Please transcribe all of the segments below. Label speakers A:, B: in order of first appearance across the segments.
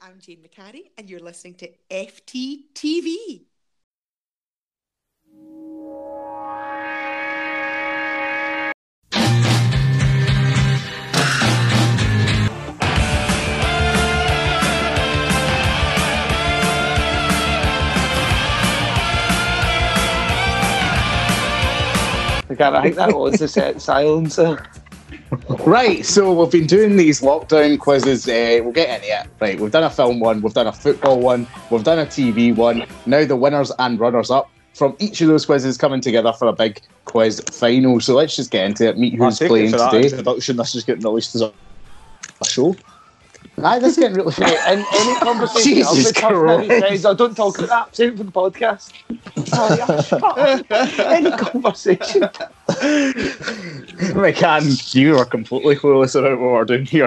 A: I'm Jane McCarry, and you're listening to FTTV.
B: Again, I think that was the set uh, silencer.
C: Right, so we've been doing these lockdown quizzes. Uh, we'll get into it. Right, we've done a film one, we've done a football one, we've done a TV one. Now the winners and runners up from each of those quizzes coming together for a big quiz final. So let's just get into it. Meet who's playing today.
D: introduction, this is getting released as a, a show.
C: Aye, this is getting really.
B: And any conversation
C: Jesus
B: I'll be touching on,
C: Christ.
B: he says, oh, don't talk about that, same for the podcast. Oh, yeah, shut up. any conversation.
C: McCann, you are completely clueless about what we're doing here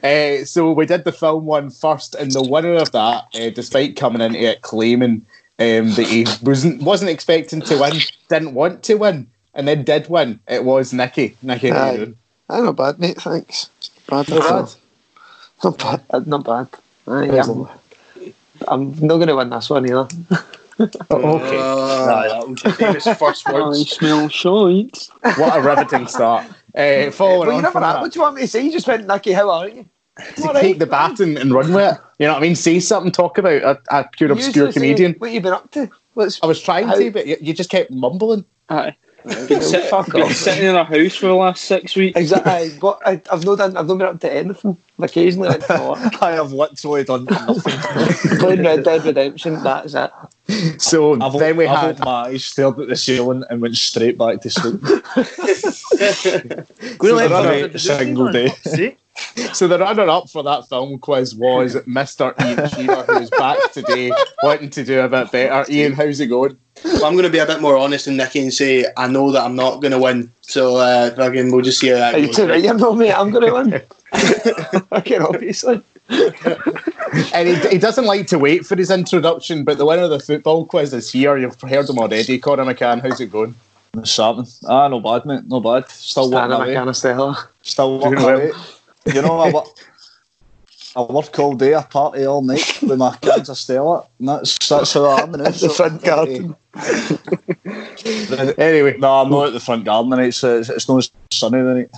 C: anyway. Uh, so we did the film one first, and the winner of that, uh, despite coming into it claiming um, that he wasn't wasn't expecting to win, didn't want to win, and then did win. It was Nikki. Nikki, how you
D: Aye.
C: doing?
D: I not bad, mate. Thanks. Bad,
B: Not bad.
D: Not bad.
B: Uh, Not bad. I am, I'm not going to win this one either.
C: okay.
E: Uh,
D: first smell shite.
C: what a riveting start. Uh, following
B: well, you
C: on
B: never
C: from
B: had,
C: that,
B: what do you want me to say? You just went, Nicky, how are you?
C: to take the baton and run with it. You know what I mean? Say something, talk about a, a pure
B: You
C: obscure
B: usually say,
C: comedian.
B: What you been up to? What's
C: I was trying
B: How-
C: to, but you, you just kept mumbling.
F: Aye. Been, sit,
B: fuck
F: been
B: off.
F: sitting in a house for the last six weeks.
B: exactly? aye, what, I, I've not done. I've not been up to anything. I've Occasionally, went to work.
D: I have literally done nothing.
B: playing Red Dead Redemption. That's it.
C: So
D: I've
C: then we
D: I've
C: had
D: opened my eyes, stared at the ceiling, and went straight back to sleep.
F: We'll
C: so
F: have
C: the
F: a-
D: Every single day.
F: See?
C: So the runner-up for that film quiz was Mr. Ian Shearer, who's back today, wanting to do a bit better. Ian, how's it going?
E: Well, I'm going to be a bit more honest than Nicky and say I know that I'm not going to win. So uh, again, we'll just see how
B: Are you
E: that
B: too right?
E: goes.
B: You know me. I'm going to win. Fucking obviously.
C: And he, he doesn't like to wait for his introduction, but the winner of the football quiz is here. You've heard him already. Conor McCann, how's it going?
D: Something. Ah, no bad, mate. No bad. Still working
B: Standing
D: away.
B: a Stella.
D: Still
C: Doing
D: working
C: well.
D: away. You know, I work. I work all day, I party all night with my cans of Stella. And that's, that's how I am. now.
B: At the front garden.
C: Anyway,
D: eh. No, I'm not at the front garden, and it's, it's, it's not sunny, then.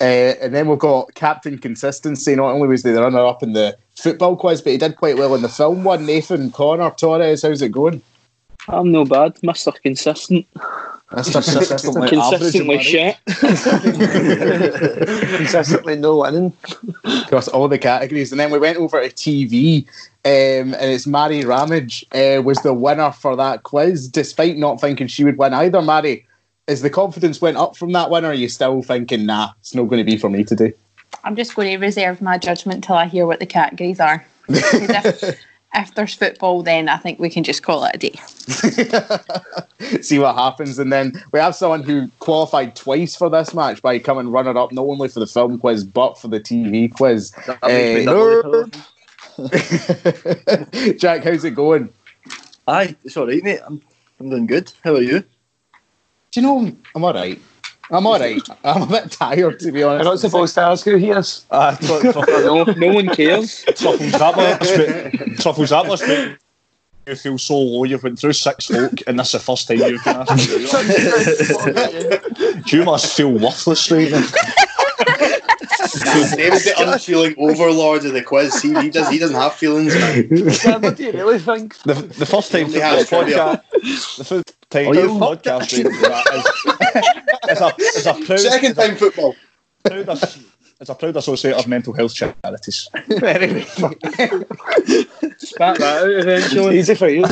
C: uh, and then we've got Captain Consistency. Not only was he the runner-up in the football quiz, but he did quite well in the film one. Nathan, Connor, Torres, how's it going?
F: I'm no bad, Mister Consistent,
D: That's consistently average.
F: consistently shit.
B: Consistently no winning.
C: across all the categories. And then we went over to TV, um, and it's Mary Ramage uh, was the winner for that quiz, despite not thinking she would win either. Mary, as the confidence went up from that winner, are you still thinking, nah, it's not going to be for me today?
G: I'm just going to reserve my judgment till I hear what the categories are. 'Cause if, if there's football, then I think we can just call it a day.
C: See what happens. And then we have someone who qualified twice for this match by coming runner up, not only for the film quiz, but for the TV quiz. Eh, Jack, how's it going?
H: Aye, it's all right, mate. I'm, I'm doing good. How are you?
C: Do you know I'm all right? I'm all right. I'm a bit tired, to be honest.
B: You're not supposed to ask who he is.
D: Ah, tru- tru-
F: No, no one cares.
D: Truffles Atlas, mate. Truffles Atlas, mate. You feel so low. You've been through six folk, and that's the first time you've been asked. to do that. you must feel worthless right now.
E: Nah, David's the unfeeling overlord of the quiz. He, he does. He doesn't have feelings. man.
B: Yeah, what do you really think?
D: The, the first time
E: Only
D: the
E: has one
D: podcast, the first time
H: Oh,
D: the
H: you
D: podcast rating for that is, is a is a proud
E: Second
D: is a
E: time football.
D: proud, as- is a proud associate of mental health charities.
C: Anyway,
F: Spat that out eventually.
B: Easy for you.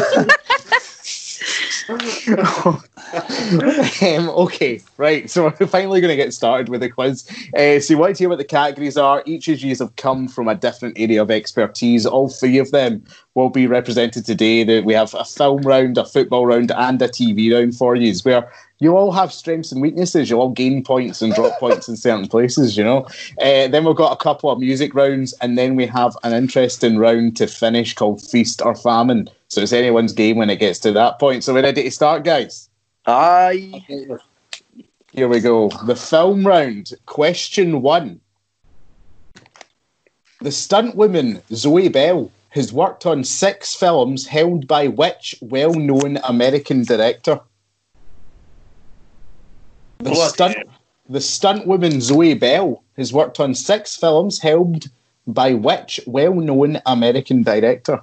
C: um, okay, right. So we're finally going to get started with the quiz. Uh, so you want to hear what the categories are? Each of you have come from a different area of expertise. All three of them will be represented today. That we have a film round, a football round, and a TV round for you, where you all have strengths and weaknesses. You'll all gain points and drop points in certain places. You know. Uh, then we've got a couple of music rounds, and then we have an interesting round to finish called Feast or Famine. So it's anyone's game when it gets to that point. So we're ready to start, guys.
H: Aye.
C: Here we go. The film round. Question one. The stunt woman Zoe Bell has worked on six films held by which well known American director? The
D: Bloody
C: stunt the stunt woman Zoe Bell has worked on six films held by which well known American director?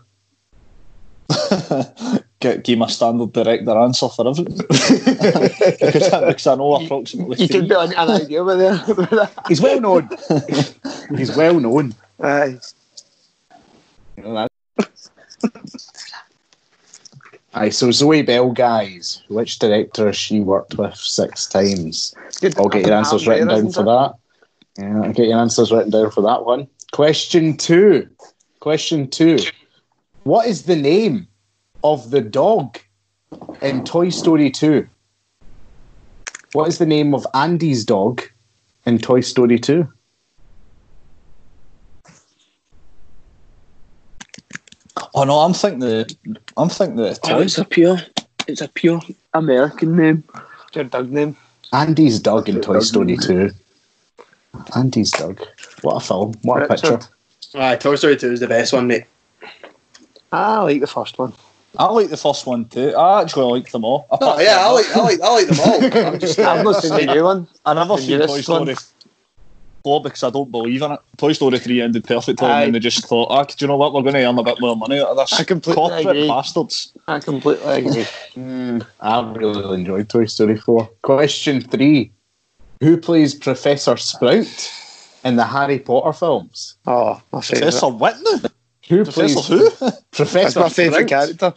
D: Give give my standard director answer for everything. because, I, because I know approximately.
B: You could
D: three.
B: be on an idea with it.
C: He's well known. He's well known.
B: Aye.
C: You know that. Aye, so Zoe Bell, guys, which director has she worked with six times?
B: Good.
C: I'll get your answers
B: Albert,
C: written down
B: isn't
C: for
B: it?
C: that. Yeah, I'll get your answers written down for that one. Question two. Question two. What is the name of the dog in Toy Story 2? What is the name of Andy's dog in Toy Story 2?
D: Oh no, I'm thinking the I'm thinking the
F: Oh, it's
D: Italian.
F: a pure, it's a pure American name.
B: What's your dog name?
C: Andy's dog in Toy Story 2. Andy's dog. What a film. What a
B: Richard.
C: picture.
E: Aye, Toy Story 2 is the best one, mate.
B: Ah, I like the first one.
D: I like the first one too. I actually like them all.
E: No,
D: Apart
E: yeah, I like,
D: from-
E: I like, I like them all. I'm just,
B: I've not seen the new one.
D: I never
B: the
D: seen Toy
B: newest
D: Story
B: one.
D: 4 because I don't believe in it. Toy Story 3 ended perfectly, and
B: Aye.
D: then they just thought, ah, do you know what? We're going to earn a bit more money out of this.
B: I completely
D: Corporate
B: agree.
D: bastards.
B: I completely agree.
C: Mm, I really enjoyed Toy Story 4. Question 3 Who plays Professor Sprout in the Harry Potter films?
B: Oh, my favourite.
D: Professor Whitney?
C: Who
D: Professor
C: plays
D: who?
B: That's
C: Professor
B: my favourite
C: Sprout?
B: character.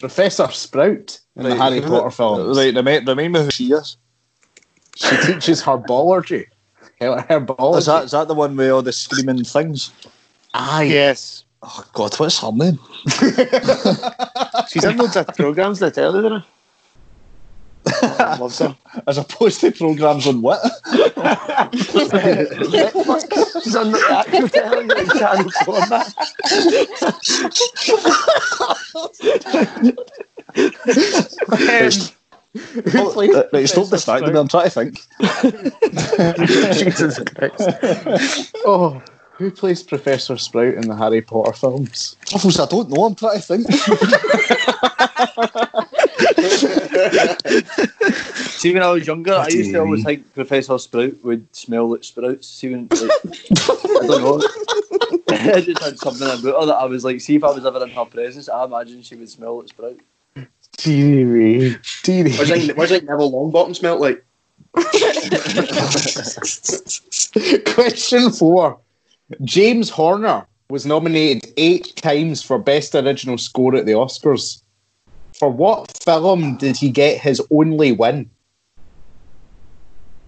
C: Professor Sprout in the
D: Right,
C: Harry
D: who-
C: Potter films.
D: Right, remind, remind me who she is.
C: She teaches herbology. Her-
B: Oh,
C: Herbology.
D: Is that, is that the one with all the screaming things?
C: Aye.
B: Yes.
D: Oh, God, what's her name?
B: She's in loads of programmes on the telly, isn't she? I love her.
D: As opposed to programmes on what?
B: She's on the actual telly, like Channel 4 and that.
D: Oh, right, right, stop distracting me. I'm trying to think.
B: Jesus Christ.
C: Oh, who plays Professor Sprout in the Harry Potter films?
D: Truffles, I don't know. I'm trying to think.
H: See, when I was younger, I used to always think Professor Sprout would smell like sprouts. See, when, like, I don't know. I just had something about her that I was like, see, if I was ever in her presence, I imagine she would smell like sprout.
C: Deary me. Deary
E: where's
C: me.
E: like, where's like Neville Longbottom smelt like?
C: Question four. James Horner was nominated eight times for Best Original Score at the Oscars. For what film did he get his only win?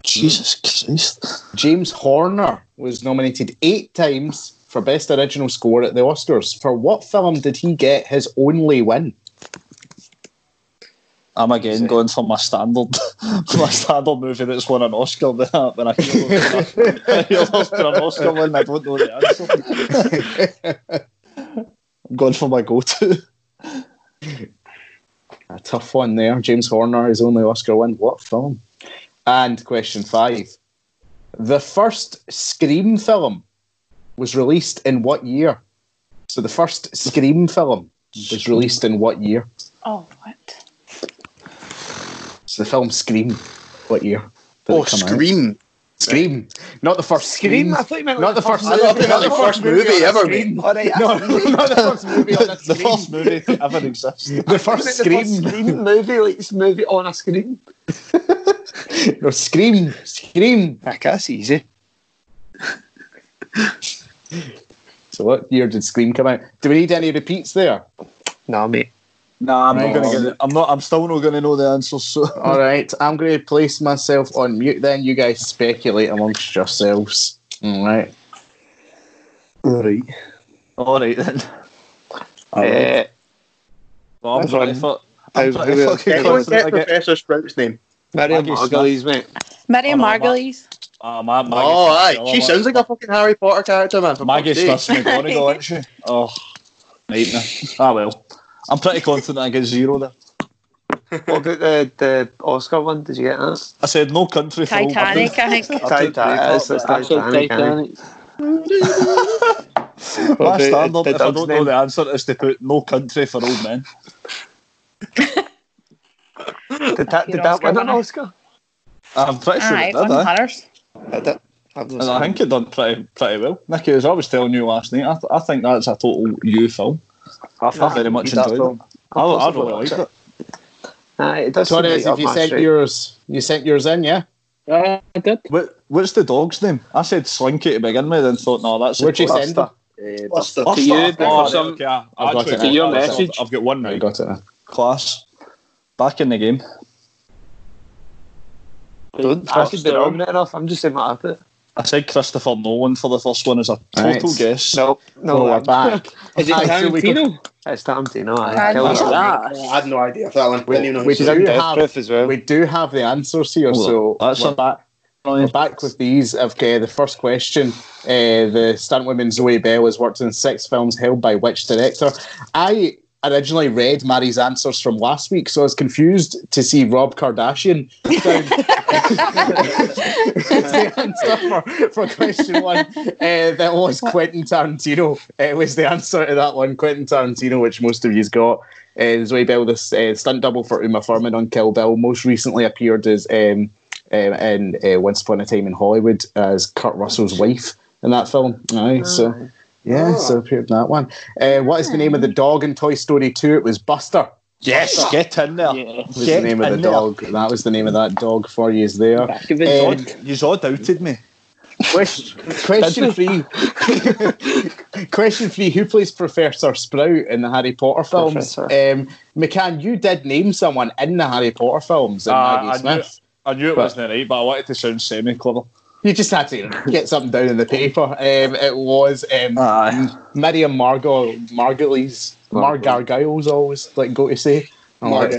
D: Jesus Christ.
C: James Horner was nominated eight times for Best Original Score at the Oscars. For what film did he get his only win?
D: I'm again going for my standard, my standard movie that's won an Oscar. When I, when I hear there's been a- I hear there's been an Oscar win, I don't know the answer. I'm going for my go-to.
C: A tough one there. James Horner, his only Oscar win. What film? And question five. The first Scream film was released in what year? So the first Scream film was released in what year?
G: Oh, what?
C: So the film Scream, what year? did it
E: Oh,
C: come out?
E: Scream.
C: Scream. Not the first Scream.
B: Scream? I thought you meant
C: Not
B: like
C: the first
E: I
C: movie.
E: thought you meant the first movie
C: on a
E: ever,
C: screen.
E: mate.
B: All right,
C: No, not the first movie on a
D: the
C: screen.
D: first movie to ever exist.
C: The first
B: Scream.
C: Scream.
B: Scream movie, like it's movie on a screen.
C: No, Scream. Scream.
B: Like, that's easy.
C: So what year did Scream come out? Do we need any repeats there?
B: Nah, mate.
D: Nah, I'm
C: Right.
D: not gonna get it. I'm not. I'm still not gonna know the answer. So
C: All right, I'm going to place myself on mute then. You guys speculate amongst yourselves. All right.
H: All right.
D: all right then.
B: Eh,
D: Well, I'm
B: That's
D: ready
B: fine.
D: for.
B: I
D: I'm
B: was
D: pretty
B: really
D: fucking
E: Everyone
D: confident
E: get
D: I get.
E: Professor Sprout's name.
B: Marion
D: Maggie
B: Margulies, mate.
G: Marion
D: Oh, no, Ma-
G: Margulies.
D: Oh, my, Maggie
E: oh,
D: Smith-
E: aye. She sounds like a fucking Harry Potter character, man. for
D: Maggie
E: fuck's sake.
D: Smith McGonagall, isn't she? Oh, nightmare. Ah well, I'm pretty confident I get zero there.
B: What about the, the Oscar one? Did you get that?
D: I said no country for old
G: Titanic,
D: men.
G: I think.
D: I took
B: Titanic.
D: the-
B: It's- it's
D: I took-
B: Titanic, aye.
D: My
H: the-
D: standard,
H: the
D: if I
H: dog's
D: don't know the answer, is to put no country for old men.
B: Did that, did
G: Your
B: that
G: Oscar
B: win an
G: winner.
B: Oscar?
D: I'm pretty
G: All
D: sure
G: right,
D: it did,
G: on
D: eh?
G: hers.
B: I've
D: And I
B: not
D: think it done pretty pretty well. Nicky, as I was telling you last night, I, th- I think that's a total you film. I very much
B: that
D: enjoyed
B: film.
D: it. I, I
B: course I
D: really
B: watched
D: liked it.
B: Aye, it does
C: Sorry,
B: seem
C: if
B: like
C: you
B: up my
C: sent
B: street.
C: yours, you sent yours in, yeah.
F: Uh, I did.
D: What, what's the dog's name? I said Slinky to begin with and thought, no, that's
C: Where'd you
D: Buster.
C: send it?
B: Eh, but-
E: Buster.
D: Buster.
F: To you,
D: Oh,
F: Dick, or
D: right,
F: some-
D: okay, I-
C: I've
D: I
C: got
D: actually
C: it
F: now.
D: got that.
F: Your
D: I've-
F: message.
D: I've got one
C: I
D: now.
C: got it. now.
D: Class. Back in the game.
B: Don't. I could be wrong right enough. I'm just saying what I put.
D: I said Christopher Nolan for the first one as a total
C: Right.
D: guess.
B: No, no,
C: Oh, we're
B: I'm-
C: back.
F: Is it
C: Aye, so we got-
F: Tarantino?
B: It's Tarantino.
G: Aye.
B: I
F: Look at
B: killed it.
F: that.
E: I had no idea for that one.
C: We,
E: Didn't even know
C: we
E: who
C: do
E: said it.
B: Death
C: have,
B: Proof as well.
C: we do have the answers here,
D: Hold on.
C: so
D: That's
C: we're
D: a-
C: back. We're back with these. Of uh, the first question, uh, the stunt woman Zoe Bell has worked in six films held by which director? I originally read Mary's answers from last week, so I was confused to see Rob Kardashian down as the answer for, for question one. Uh, that was Quentin Tarantino. Uh, It was the answer to that one, Quentin Tarantino, which most of you's got. Uh, Zoe Bell, this uh, stunt double for Uma Thurman on Kill Bill, most recently appeared as um, um, in uh, Once Upon a Time in Hollywood as Kurt Russell's wife in that film. Aye, so yeah, so appeared in that one. Uh, what is the name of the dog in Toy Story Two? It was Buster.
D: Yes, get in there.
F: Yeah.
C: Was
D: Get
C: the name of the
D: in there.
C: dog? That was the name of that dog for you. Is there?
F: Back of
C: Eh,
F: his
D: You all doubted me.
C: Question, question three. question three. Who plays Professor Sprout in the Harry Potter films?
B: Professor.
C: Um, McCann, you did name someone in the Harry Potter films, and
D: Ah,
C: Maggie
D: I knew-
C: Smith.
D: I knew it
C: But-
D: wasn't right, but I wanted to sound semi clever.
C: You just had to get something down in the paper. Um, it was um,
D: Aye.
C: Miriam Margot Margulies Margargiles always like go to say I'm like,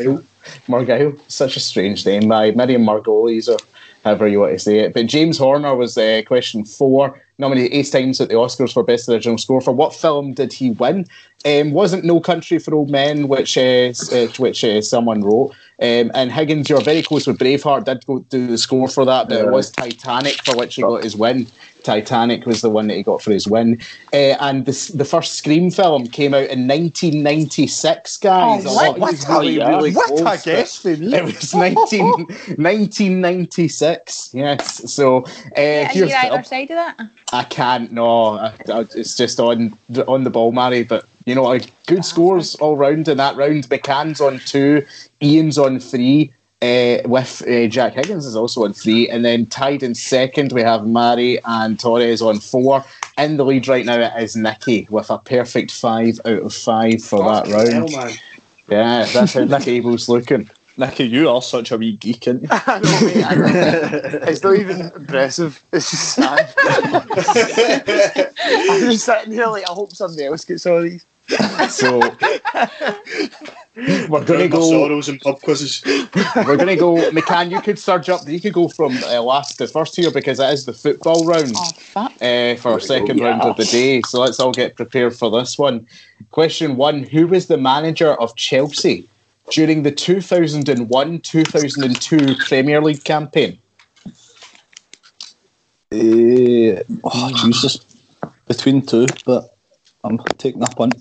E: Margot.
C: Margile such a strange name by Miriam Margolis or however you want to say it but James Horner was uh, question four nominated eight times at the Oscars for best original score for what film did he win um, wasn't No Country for Old Men which uh, s- uh, which uh, someone wrote um, and Higgins you're very close with Braveheart did go do the score for that but it was Titanic for which he got his win Titanic was the one that he got for his win. Uh, and this, the first Scream film came out in 1996, guys.
D: Oh,
C: A lot-
D: what? What?
C: it was really,
D: Yeah.
C: really
D: What
C: close,
D: a guess
C: but It was 19, 1996, yes. So, uh,
G: Yeah,
C: here's
G: you're either
C: the,
G: side of that.
C: I can't, no. I, I, it's just on on the ball, Mary. But, you know, like, good scores all round in that round. McCann's on two, Ian's on three. Uh, with uh, Jack Higgins is also on three, and then tied in second we have Mary and Torres on four. In the lead right now is Nikki with a perfect five out of five
E: Oh,
C: for that
E: Fucking
C: round.
E: hell, man.
C: Yeah, that's how the table's looking.
D: Nicky, you are such a wee geek, aren't you?
B: I know, mate, I know. It's not even impressive. It's just sad. I'm just sitting here like I hope somebody else gets all these.
C: So we're gonna
E: Drink my
C: go.
E: sorrows and pub quizzes.
C: We're gonna go. McCann, you could surge up. You could go from uh, last to first here because it is the football round.
G: Oh, fuck.
C: uh, for our second round of the day. So let's all get prepared for this one. Question one Who was the manager of Chelsea during the 2001 2002 Premier League campaign?
D: Eh, oh, Jesus. Between two, but I'm taking up one.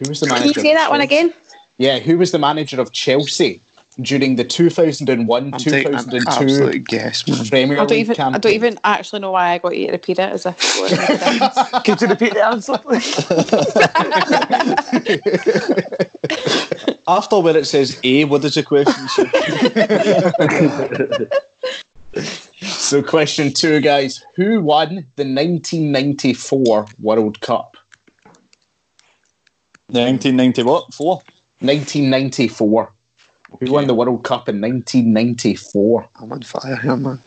C: Who was the
G: Can you
C: manager?
G: say
C: of
G: that one
C: Chelsea?
G: again?
C: Yeah, who was the manager of Chelsea during the 2001
B: I'm taking an
C: 2002
B: absolute guess, man.
C: Premier
G: I don't
C: League
G: even.
C: campaign?
G: I don't even actually know why I got you to repeat it as if. it were a difference.
B: Could you repeat the answer, please?
D: After where it says A, what does the question say?
C: So, question two, guys Who won the 1994 World Cup?
D: 1990 what? Four?
C: 1994. Who won the World Cup in 1994?
B: I'm on fire here, man.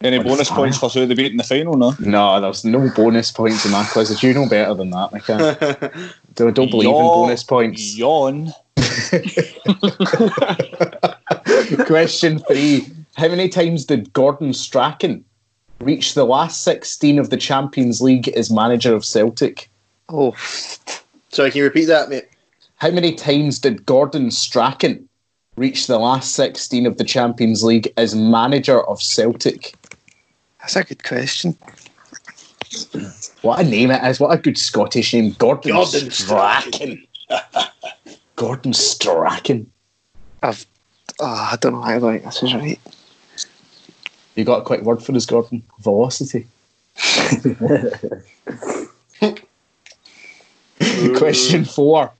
D: Any bonus
C: fire.
D: points for who they beat in the final, no?
C: No, there's no bonus points in my quiz. You know better than that, Mika. don't, don't believe in
D: Yawn.
C: bonus points.
D: Yawn.
C: Question three How many times did Gordon Strachan reach the last 16 of the Champions League as manager of Celtic?
B: Oh,
E: Sorry, can you repeat that, mate?
C: How many times did Gordon Strachan reach the last 16 of the Champions League as manager of Celtic?
I: That's a good question.
C: What a name it is. What a good Scottish name. Gordon,
E: Gordon
C: Strachan. Gordon Strachan.
I: Oh,
B: Ah,
I: I don't know how I like this is right.
C: You got a quick word for us, Gordon? Velocity. Question four.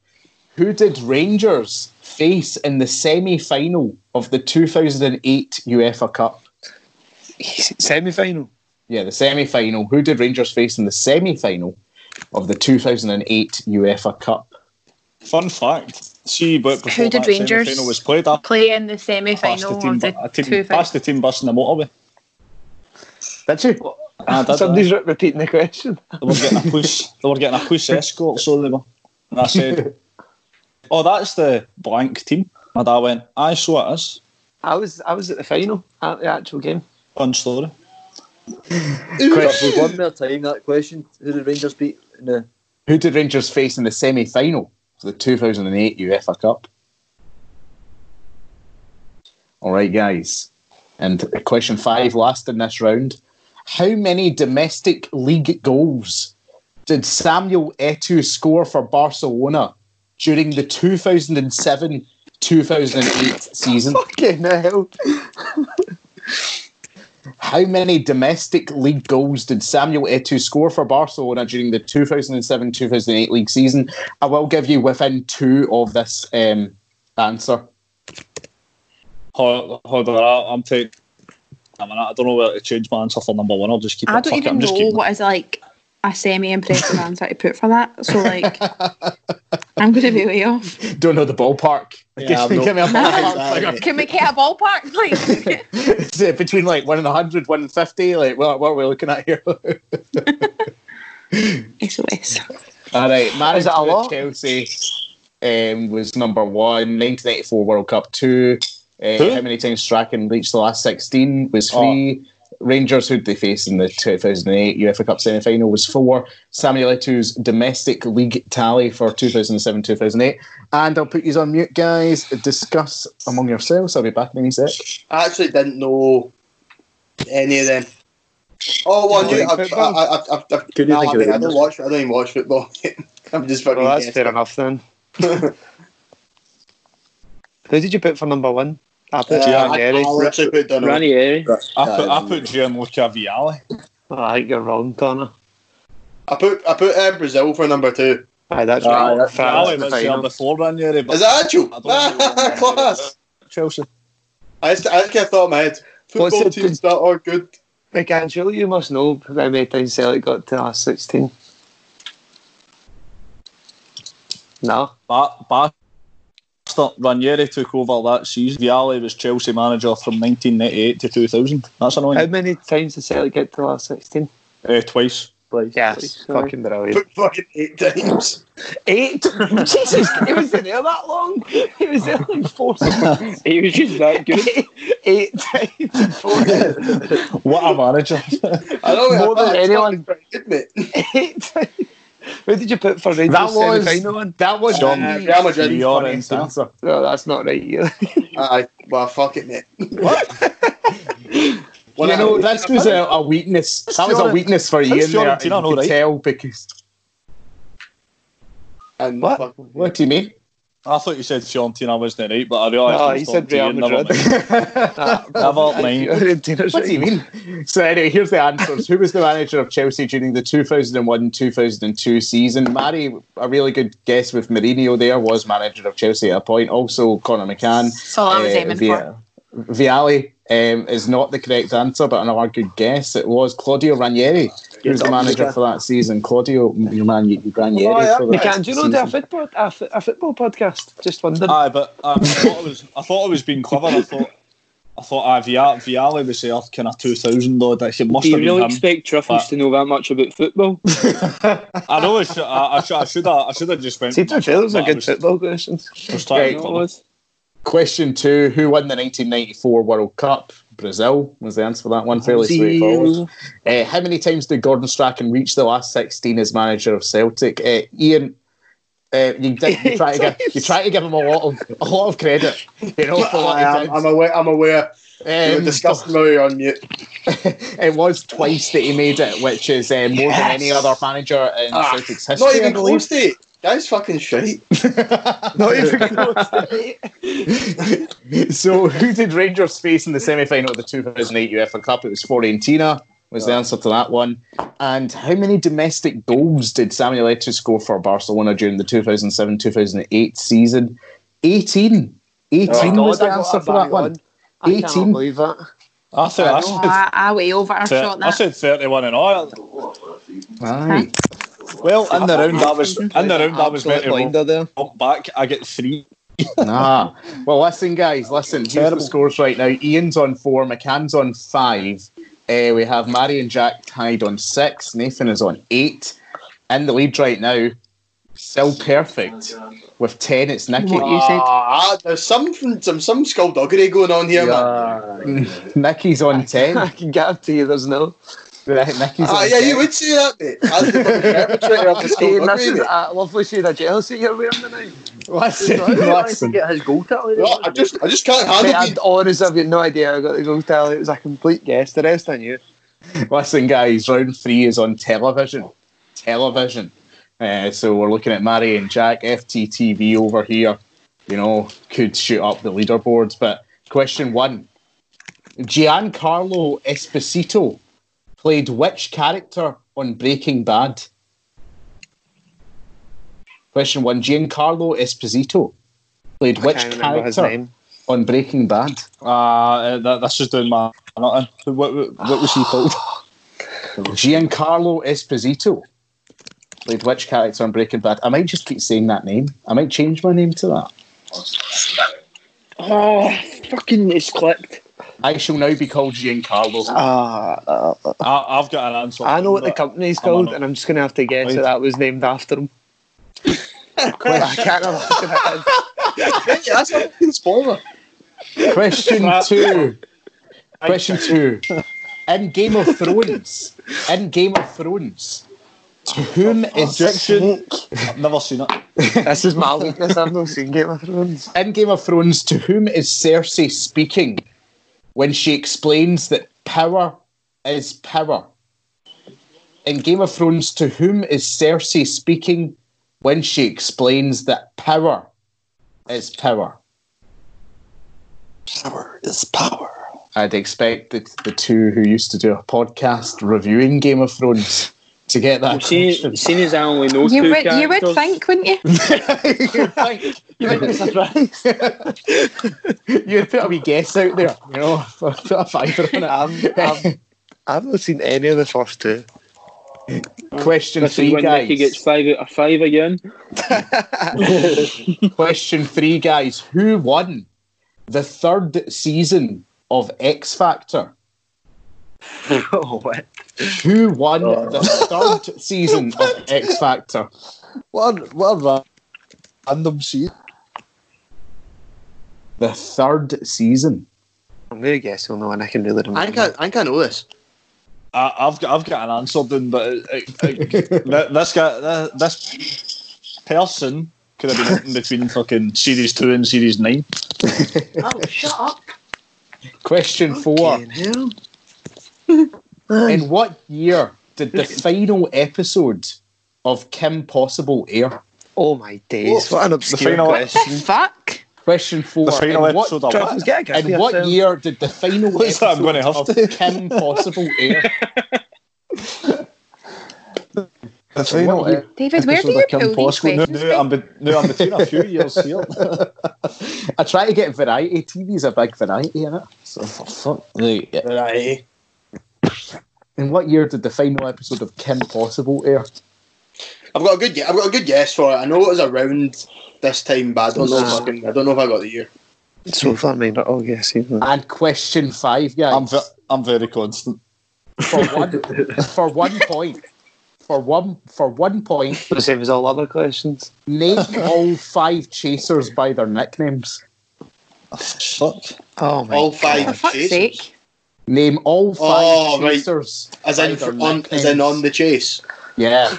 C: Who did Rangers face in the semi final of the 2008 UEFA Cup?
I: Semi final.
C: Yeah, the semi final. Who did Rangers face in the semi final of the 2008 UEFA Cup?
D: Fun fact. See, but before
G: Who did
D: that
G: Rangers-
D: semi-final was played, I
G: Play in the semi
D: passed
G: final
D: the
G: of
D: team,
G: the
D: bu- I
G: two
D: team, passed the team bus in the motorway.
C: Did you?
D: Ah, did I?
B: Somebody's re- repeating the question.
D: They were getting a push. They were getting a push escort, so they were. And I said, "Oh, that's the blank team." And I went, "I saw it is."
B: I was I was at the final at the actual game.
D: Fun story.
H: We won their time that question. Who did Rangers beat? in the
C: Who did Rangers face in the semi final for the 2008 UEFA Cup? All right, guys. And question five, last in this round. How many domestic league goals did Samuel Etu score for Barcelona during the 2007 2008 season?
B: Fucking hell.
C: How many domestic league goals did Samuel Etu score for Barcelona during the 2007 2008 league season? I will give you within two of this um, answer.
D: Hold, hold on, I- I'm taking. I mean, I don't know where to change my answer for number one. I'll just keep.
G: I
D: it.
G: don't
D: Fuck it,
G: even
D: I'm just
G: know
D: keeping
G: what is like a semi impressive answer to put for that. So like I'm gonna be way off.
C: Don't know the ballpark.
E: Yeah, I've
C: give,
E: no-
C: me a ballpark
E: Exactly.
C: figure.
G: Can we get a ballpark, please?
C: Is it between like 1 and 100, 1 and 50? Like, what, what are we looking at here?
G: SOS.
C: All right, marriage
B: Is it a
C: to
B: lot?
C: Chelsea um, was number one. 1984 World Cup two. Uh,
D: Who?
C: How many times Strachan reached the last 16 was three. Rangers, who'd they face in the 2008 UEFA Cup semi final, was four. Samuel Eto'o's domestic league tally for 2007 2008. And I'll put you on mute, guys. Discuss among yourselves. I'll be back in a wee sec.
E: I actually didn't know any of them. Oh, well, I, knew, I,
B: football?
E: I, I, I, I,
H: Good
E: nah,
H: evening,
E: I,
H: good
E: mean, I don't
H: evening.
E: watch. I don't even watch football. I'm just fucking.
B: Well, that's
E: guessing.
B: fair enough then. Who did you put for number one? I put
E: Uh,
B: John
E: I, I
B: Terry.
E: literally put down.
F: Ranieri.
D: I put, I put eh? Gianluca Vialli.
B: Oh, I think you're wrong, Connor.
E: I put I put uh, Brazil for number two.
B: Aye, that's
H: Aye,
B: right.
H: that's-
B: Fair,
D: Vialli
B: that's the
D: was there
B: final.
D: before Ranieri, but
E: Is that actual? Ah,
D: I don't know.
E: Class.
D: Chelsea.
E: I just, I just kind of thought in my head.
B: What's
E: Football
B: it-
E: teams that are good.
B: Like, surely you must know how many times Celtic got to the last 16. No.
D: Ba- Bastard Ranieri took over that season. Vialli was Chelsea manager from 1998 to 2000. That's annoying.
B: How many times did Celtic get to the last 16?
D: Uh, twice.
B: Yes. Fucking brilliant.
E: Put fucking eight times.
B: Eight? Jesus, he was in there that long. He was there like four
F: He was just that good.
B: Eight times in four
D: What a manager.
E: I know
B: More than anyone.
E: Good mate.
B: Eight times. Who did you put for Rangers
C: That was-
B: semi-final one?
C: That was
D: John,
E: Uh, Real Madrid.
D: Your
C: funniest
D: answer.
C: answer.
B: No, that's not right either.
E: Aye, well, fuck it, mate. What?
C: you know, this was a, a weakness. That was a
B: Fiorent-
C: weakness for Ian there. and You
D: Fiorentina, no,
C: could
D: right?
C: tell because.
E: and
B: What?
E: fucking-
C: What do you mean?
D: I thought you said Fiorentina wasn't right, but I realised
B: No,
D: it was
B: he said
D: Fiorentina,
B: Real
D: never
B: Madrid.
D: mind. Never mind.
B: Fiorentina's
C: What do you
B: right.
C: mean? So anyway, here's the answers. Who was the manager of Chelsea during the 2001-2002 season? Mary, a really good guess with Mourinho there, was manager of Chelsea at a point. Also, Conor McCann.
G: That's all I was
C: uh,
G: aiming for.
C: via- Vialli um, is not the correct answer, but another good guess. It was Claudio Ranieri, who was the manager for that season. Claudio Man- Ranieri. for that
B: McCann, do you know
C: season.
B: they're a, foot pod, a, fo- a football podcast? Just wondered.
D: Aye, but um, I thought I was. I thought I was being clever. I thought. I thought ah, Vial- Vialli was there kind of 2000 odd. It must
F: Do
D: have
F: you
D: been
F: really
D: him.
F: expect Truffles
D: But-
F: to know that much about football?
D: I know. I should. I, I should. I should have. I should have just went.
B: See, to be fair, those are
D: but I
B: good
D: was-
B: football questions.
D: I was trying
F: You know
D: to be
F: it
D: clever.
F: was.
C: Question two: Who won the 1994 World Cup? Brazil was the answer for that one. Fairly straightforward. Uh, how many times did Gordon Strachan reach the last 16 as manager of Celtic? Uh, Ian, uh, you, did, you try to give you try to give him a lot of a lot of credit. You know, for what he
E: I,
C: did.
E: am I'm aware. I'm aware. You were
C: Um,
E: discussing while you were on mute.
C: it was twice that he made it, which is uh, more than any other manager in
E: Ah,
C: Celtic's history.
E: Not even
C: I believe.
E: close to it. That's fucking shite.
C: Not even close. so, who did Rangers face in the semi-final of the 2008 UEFA Cup? It was Fiorentina. Was the answer to that one? And how many domestic goals did Samuel Eto'o score for Barcelona during the 2007-2008 season? 18. 18
B: Oh my
C: was
B: God,
C: the
B: I got
C: answer
B: that
C: for that
B: bang
C: one.
B: on. I cannot
C: 18.
B: believe that.
D: I thought
G: Oh,
D: I,
G: I, I way
D: said,
G: overshot
D: thir- I
G: that.
D: said 31 and all.
C: Aye.
D: Well, in the round I was in
G: Mhm.
D: the round I was meant to
B: blinder there.
D: walk back. I get three.
C: Nah. Well, listen, guys, listen. Here's the
D: Terrible.
C: scores right now. Ian's on four, McCann's on five. Uh, we have Mary and Jack tied on six. Nathan is on eight. In the lead right now, still perfect with ten. It's Nicky.
G: What you said?
E: Ah, there's something, some some skullduggery going on here, man.
C: Nicky's on
B: I
C: ten.
B: can guarantee you there's no.
C: Nicky's
E: Ah,
C: on
E: yeah,
C: 10.
E: you would say that, mate. As the fucking perpetrator of
B: Ian,
E: the
B: this
E: skullduggery,
B: is
E: mate.
B: a lovely shade of jealousy you're wearing tonight.
C: Listen,
B: I managed to
C: listen.
B: get his goal tally.
E: No, I just, I just can't
B: Mate,
E: handle
B: I'd
E: it.
B: honestly have no idea I got the goal tally. It was a complete guess. The rest I knew.
C: Listen, guys, round three is on television. Television. Uh, so we're looking at Mary and Jack, FTTV over here. You know, could shoot up the leaderboards. But question one Giancarlo Esposito played which character on Breaking Bad? Question one Giancarlo Esposito played
B: I
C: which
B: can't remember his
C: character
B: name.
C: on Breaking Bad?
D: Uh, that, that's just doing my nothing. What, what, what was he called?
C: Giancarlo Esposito played which character on Breaking Bad? I might just keep saying that name. I might change my name to that.
F: Oh, fucking, it's clipped.
C: I shall now be called Giancarlo.
B: Ah, uh,
D: I, I've got an answer.
B: I know what the company's
D: I'm on
B: called,
D: it.
B: and I'm just going to have to guess
D: Wait.
B: that that was named after him. I can't imagine.
E: Yeah, that's a fucking spoiler.
C: Question
D: Right.
C: two. Question two. In Game of Thrones, in Game of Thrones, to whom is
D: Objection. I've never seen it.
B: this is my weakness. I've not seen Game of Thrones.
C: in Game of Thrones to whom is Cersei speaking when she explains that power is power? In Game of Thrones, to whom is Cersei speaking when she explains that power is power?
D: Power is power.
C: I'd expect the, the two who used to do a podcast reviewing Game of Thrones to get that.
F: Seeing, seeing as I only know
G: You
F: two
G: would, you
F: characters-
G: would think, wouldn't you?
C: you think you put a wee guess out there, you know, put a fiver on it.
B: I've,
F: Um,
B: I've, I've not seen any of the first two.
C: Question
F: This is
C: three,
F: when
C: guys.
F: Nicky gets five out of five again.
C: Question three, guys. Who won the third season of X Factor?
B: oh, what?
C: Who won
F: Oh.
C: the third season of X Factor?
B: What, a- what a ra- random season.
C: The third season.
B: I'm going to guess the only one I can really remember.
E: I can't, I can't know this.
D: I, I've got I've got an answer, then, but it, it, it, th- this guy, th- this person could have been in between fucking series two and series nine.
B: Oh, shut up.
C: Question four. In what year did the final episode of Kim Possible air?
B: Oh, my days. What an
D: The
B: obscure
D: final, e,
B: question.
G: The fuck?
C: Question four.
D: the final
C: in what,
D: episode of
B: Travis,
D: what?
B: get a grip
C: in
B: of
C: what
B: yourself.
C: year did the final
D: What's
C: episode
D: that? I'm gonna have
C: of
D: to-
C: Kim Possible air?
D: The final
C: What year?
G: David, where do you pull these
D: No,
G: questions
D: no, I'm,
G: from?
D: be, no, I'm between a few years here.
C: eh, I try to get variety. TV's a big variety in it. So for fuck. Right.
E: Right.
C: In what year did the final episode of Kim Possible air?
E: I've got a good, ge- I've got a good guess for it. I know it was around this time, but I don't know.
B: Nah.
E: Fucking, I don't know if I got the year.
B: So far, mate. Oh, yes. Even.
C: And question five, guys.
D: I'm, ve- I'm very constant.
C: for one, for one point, for one, for one point,
B: The same as all other questions.
C: name all five chasers by their nicknames.
D: Ah, Fuck.
B: Oh, my
E: All five
G: For fuck's
E: chases.
G: sake.
C: Name all five
E: Oh, right.
C: chasers.
E: As in,
C: by their
E: on, as in
C: nicknames.
E: on the chase.
C: Yeah.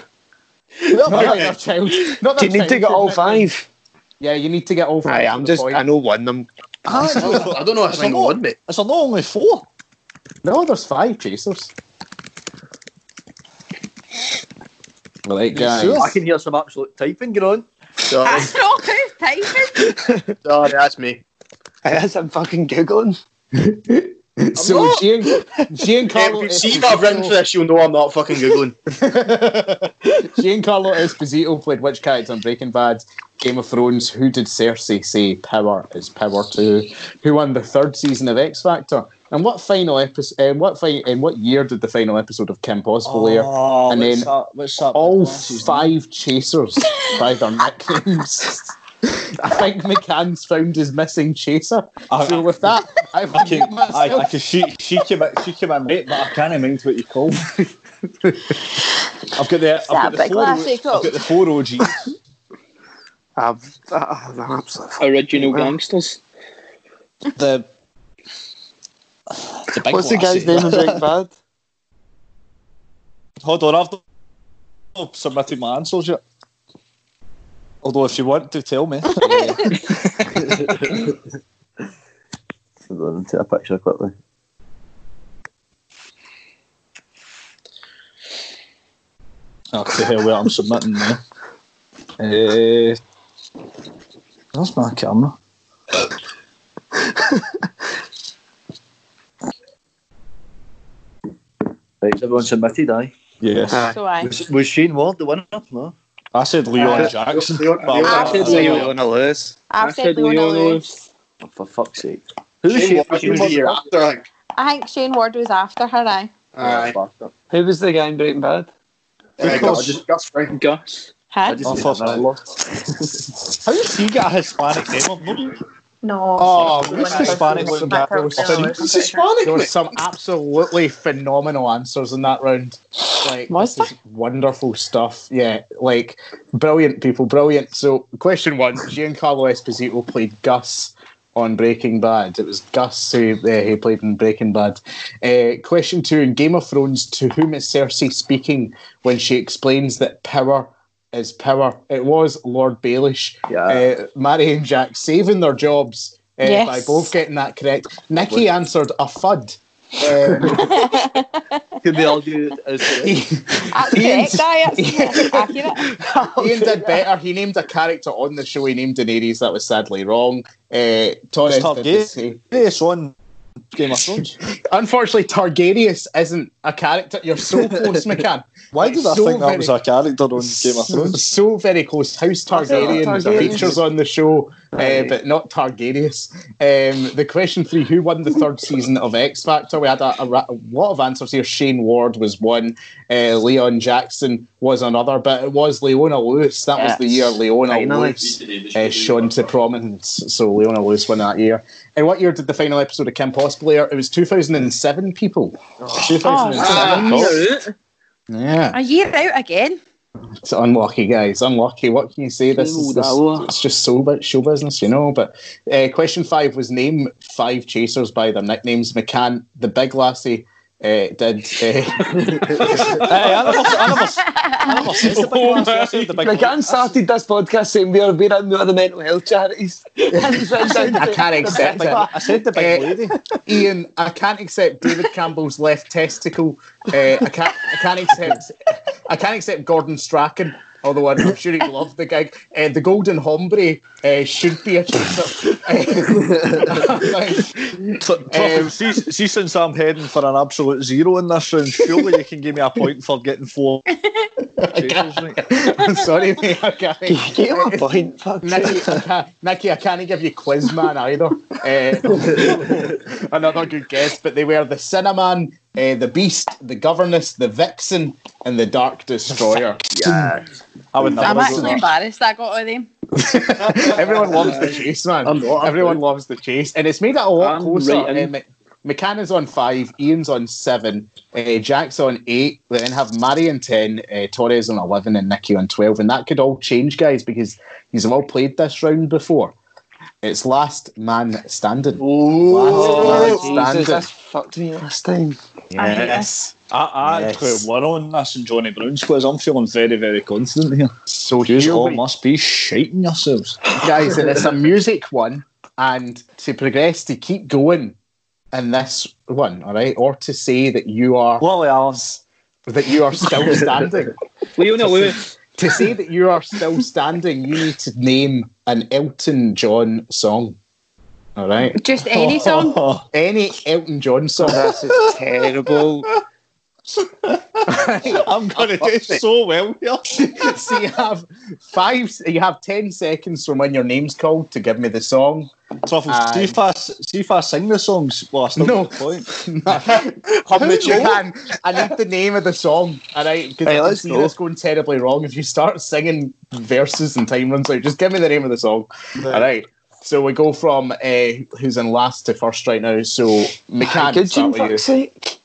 C: Not by their child. Not
B: Do
C: their
B: you need to
C: childhood
B: get all
C: nicknames.
B: five?
C: Yeah, you need to get all five.
B: Aye,
C: for
B: I'm
C: the
B: just.
C: point.
B: I know one. I'm
I: Ah,
E: I don't know- I don't know a single one, mate.
D: Is there not only four?
C: No, there's five chasers. Right, guys.
H: I can hear some absolute typing going on.
E: Sorry,
G: That's not who's typing.
E: sorry, that's me.
I: Yes, I'm fucking Googling.
C: So,
E: not.
C: Gian,
E: Yeah,
C: Giancarlo,
E: if you see if I've written
C: Esposito,
E: for this, you'll know I'm not fucking googling.
C: Giancarlo Esposito played which character on Breaking Bad? Game of Thrones. Who did Cersei say power is power to? Who won the third season of X Factor? And what final episode? And what fi- And what year did the final episode of Kim Possible air?
D: Oh,
C: And
D: what's
C: then
D: that? What's that?
I: Oh,
C: all
D: Glasses,
C: five chasers by their nicknames. I think McCann's found his missing chaser.
D: I-
C: so with that, I
D: I
C: will mute
D: can, I, I
C: myself.
D: can, she, she came in, she came in late, but I can't mind what you call. I've got the, I've got
G: That
D: the,
G: big
D: four, O-
G: glassy
D: I've got the four OGs.
I: I've, uh, I'm absolute.
F: Original
I: Yeah.
F: gangsters.
D: The, the big
I: What's the
D: glassy.
I: guy's name in Breaking Bad?
D: Hold on, I've not submitted my answers yet. Although, if you want to tell me,
H: Hold on, take a picture quickly.
D: okay, hell, well, I'm submitting now. Uh, where's my camera?
H: Right, is everyone submitted, aye?
D: Yes,
I: Uh,
G: So I.
H: Was, was Shane Ward the winner? No.
D: I said Leon Jackson. but I'm not-
G: I
D: I'm
G: said
D: not-
F: Leon.
H: Lewis.
G: I've
F: I
G: said
F: said
G: Leona
F: Leona
G: Lewis.
H: Oh, for fuck's sake. Who's Shane,
E: Shane
H: Shane
E: Watson was the year after, I think.
G: I think Shane Ward was after her, I.
E: Aye.
I: Who was the guy in Breaking Bad?
E: Yeah, I got- I just got Frank.
F: Gus.
G: Had?
D: Oh, for fuck's sake. How does he get a Hispanic name? I've not even
G: No.
C: Oh,
G: She
C: Mr.
G: went first.
D: Hispanic was
G: She went
D: back. There
G: first.
D: was
G: No,
D: some-
G: I'm pretty
C: It's
G: sure.
C: Hispanic. There was some absolutely phenomenal answers in that round. Like
G: Was
C: this is wonderful stuff. Yeah, like brilliant people, brilliant. So question one: Giancarlo Esposito played Gus on Breaking Bad. It was Gus who uh, he played in Breaking Bad. Uh, question two: In Game of Thrones, to whom is Cersei speaking when she explains that power? Is power. It was Lord Baelish, uh, Mary and Jack saving their jobs uh,
G: Yes.
C: by both getting that correct. Nikki answered a fud. Um,
H: Could be argued as
G: That's
C: Ian's-
G: correct, aye. That's accurate.
C: Ian did better. He named a character on the show. He named Daenerys. That was sadly wrong. Uh, Torres
D: It's
C: did the
D: Targaryen.
C: same.
D: this on Game of Thrones.
C: Unfortunately, Targaryen isn't a character. You're so close, McCann.
D: Why did I
C: So
D: think that
C: very-
D: was a character on Game of
C: So,
D: Thrones?
C: so very close. House Targaryen,
I: Targaryen.
C: features on the show, uh,
I: Right.
C: but not Targaryen. Um, the question three: Who won the third season of X Factor? We had a, a ra- a lot of answers here. Shane Ward was one. Uh, Leon Jackson was another, but it was Leona Lewis. That was the year
H: Yes.
C: Leona
H: Finally.
C: Lewis uh, shone to prominence. So Leona Lewis won that year. And what year did the final episode of Kim Possible air? It was two thousand and seven. People. Two
D: Ah.
C: thousand and
F: Ah,
C: seven. Yeah.
G: A year out again.
C: It's unlucky, guys. Unlucky. What can you say? This is this, it's just so bu- show business, you know. But uh, question five was name five chasers by their nicknames. McCann, the big lassie, uh, did. Uh,
D: hey, I never, I never,
C: Oh,
D: I never said the big one. I said the big
I: The
D: one.
I: gang started this podcast saying we're we're in with the mental health charities.
C: I can't accept it.
D: I said the big
C: Eh,
D: lady.
C: Ian, I can't accept David Campbell's left testicle. Uh, I can't. I can't accept. I can't accept Gordon Strachan. Although I'm I'm sure he loved the gig. Uh, the Golden Hombre uh, should be a chaser. Eh, Uh,
D: T- Truffle, Uh, see, see, since I'm heading for an absolute zero in this round, surely you can give me a point for getting four. chasers, mate.
C: I'm sorry, mate. I can't.
I: Give him a point. fuck.
C: Nicky, I can't, Nicky, I can't give you Quizman either. Uh, another good guess, but they were the Cinnamon, uh, the Beast, the Governess, the Vixen, and the Dark Destroyer.
H: yeah.
D: I would never
G: I'm
D: do
G: actually
D: that.
G: embarrassed I got all them.
C: Everyone loves the chase, man.
H: I'm not, I'm
C: Everyone loves the chase, and it's made it a lot
F: I'm
C: closer.
F: right in.
C: Um, McCann is on five, Ian's on seven, uh, Jack's on eight. We then have Mary on ten, uh, Torres on eleven, and Nicky on twelve. And that could all change, guys, because he's all played this round before. It's last man standing.
E: Oh,
C: Last
I: Oh,
C: man
I: Jesus,
C: standing.
I: that's fucked me last time.
C: Yes.
D: I, I
C: Yes.
D: actually won on this and Johnny Brown's quiz. I'm feeling very, very confident here.
C: So
D: You all
C: Hugo,
D: must be shaking yourselves.
C: guys, and it's a music one. and to progress to keep going in this one, all right, or to say that you are
B: Lily Allen.
C: that you are still standing.
F: Leona Lewis.
C: to say that you are still standing, you need to name an Elton John song. All right,
G: Just any song.
C: any Elton John song.
I: This is terrible.
D: I'm gonna do so well here.
C: so you have five. You have ten seconds from when your name's called to give me the song.
D: Truffles,
C: Aye.
D: see if I see if I sing the songs. Well, I still
C: No.
D: no. get the point.
C: Hub me Johan. I need the name of the song. All right, because
B: Hey,
C: I can
B: let's
C: see
B: go.
C: this going terribly wrong. If you start singing verses and time runs out, just give me the name of the song. All right. So we go from uh, who's in last to first right now. So McCann,
B: Good,
C: start
B: Jim,
C: with
B: fuck's
C: you.
B: sake.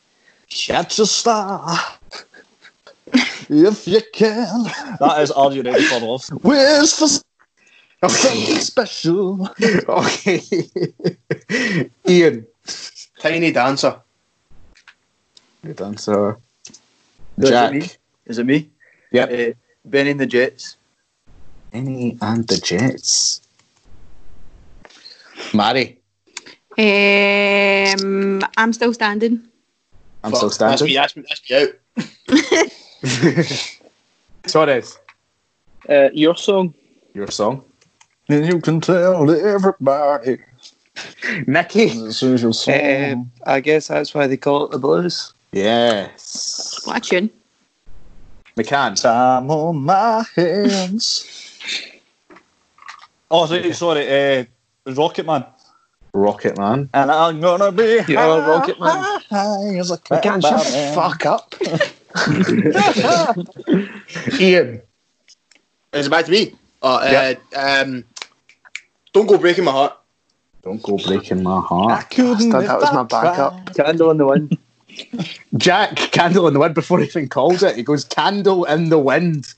B: Catch a star if you can.
D: That is Are You Ready for Love?
B: Wish for
C: Okay.
B: something special.
C: okay. Ian.
E: Tiny dancer.
C: Good answer.
H: Is it me?
C: Jack. Eh,
H: Is it me?
C: Yep.
H: Uh, Benny and the Jets.
C: Benny and the Jets. Mary.
G: Um, I'm still standing.
C: I'm
E: Fuck,
C: still
E: That's me,
C: standing.
E: that's me, that's me out.
C: Torres.
F: Uh, your song.
C: Your song.
B: And you can tell everybody
C: Nicky.
B: this is your song.
I: Eh, I guess that's why they call it the blues.
C: Yes.
G: What a tune.
C: McCann.
B: Time on my hands.
D: Oh, sorry, sorry. Uh, Rocket Man.
C: Rocket Man.
B: And I'm gonna be
I: You're
B: high,
I: a rocket man.
B: high as a cat.
I: Can't shut the fuck up.
C: Ian.
E: Is it back to me? Oh, uh,
C: Yep.
E: um, don't go breaking my heart.
C: Don't go breaking my
B: I
C: heart.
B: couldn't
I: Bastard, that was
B: if
I: my
B: I
I: backup.
B: tried.
H: Candle in the Wind.
C: Jack, candle in the wind before he even calls it. He goes, candle in the wind.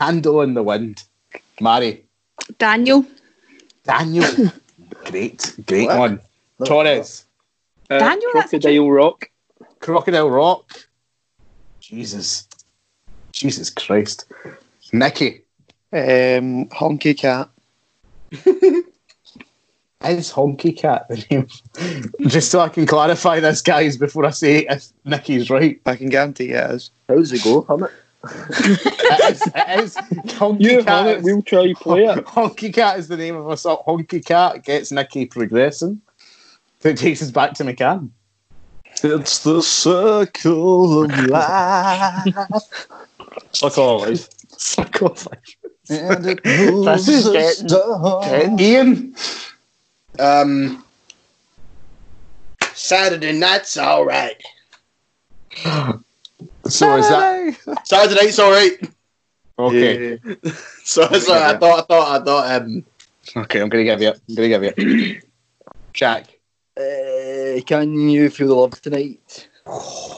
C: Candle in the wind. Mary.
G: Daniel.
C: Daniel. great, great
B: What?
C: one.
B: Look,
C: Torres.
F: Uh,
G: Daniel, that's a
F: Crocodile Rock.
C: Crocodile Rock. Jesus. Jesus Christ. Nicky.
I: Um, honky cat.
C: Is Honky Cat the name? Just so I can clarify this, guys, before I say if Nicky's right.
I: I can guarantee it is.
H: How's it go? Hum it.
C: It is, it is Honky
F: You
C: Cat.
F: have it.
C: is-
F: We'll try play it.
C: Honky Cat is the name of us. song. Honky Cat gets Nicky progressing. So it takes us back to McCann.
B: It's the circle of life.
D: Suck all life.
C: Suck off.
B: and it
C: This
B: moves
C: is
B: us
C: getting
B: down.
C: Ian.
E: Um, Saturday night's all right.
C: So is that
E: Saturday night's all right.
C: okay?
E: So, so I thought, I thought, I thought. Um,
C: Okay, I'm gonna give you. I'm gonna give you. Jack.
H: Uh, can you feel the love tonight?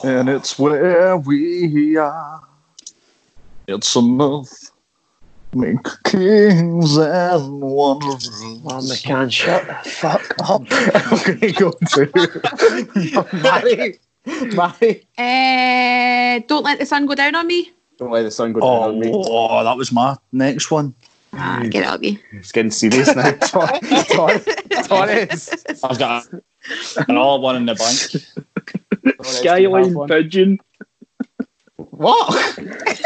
B: And it's where we are. It's a month. Make kings and
I: Mum,
B: wanderers.
I: I can't shut the fuck up.
C: I'm gonna go to Mary. Mary.
G: Uh, don't let the sun go down on me.
C: Don't let the sun go down
D: Oh,
C: on me.
D: oh, that was my next one.
G: Ah,
C: Mm.
G: get out of here.
C: It's getting serious now. Tor- Tor- Torres.
D: I've got another one in the bank.
C: Torres, do you have
F: Skyline
C: one?
F: Pigeon.
C: What?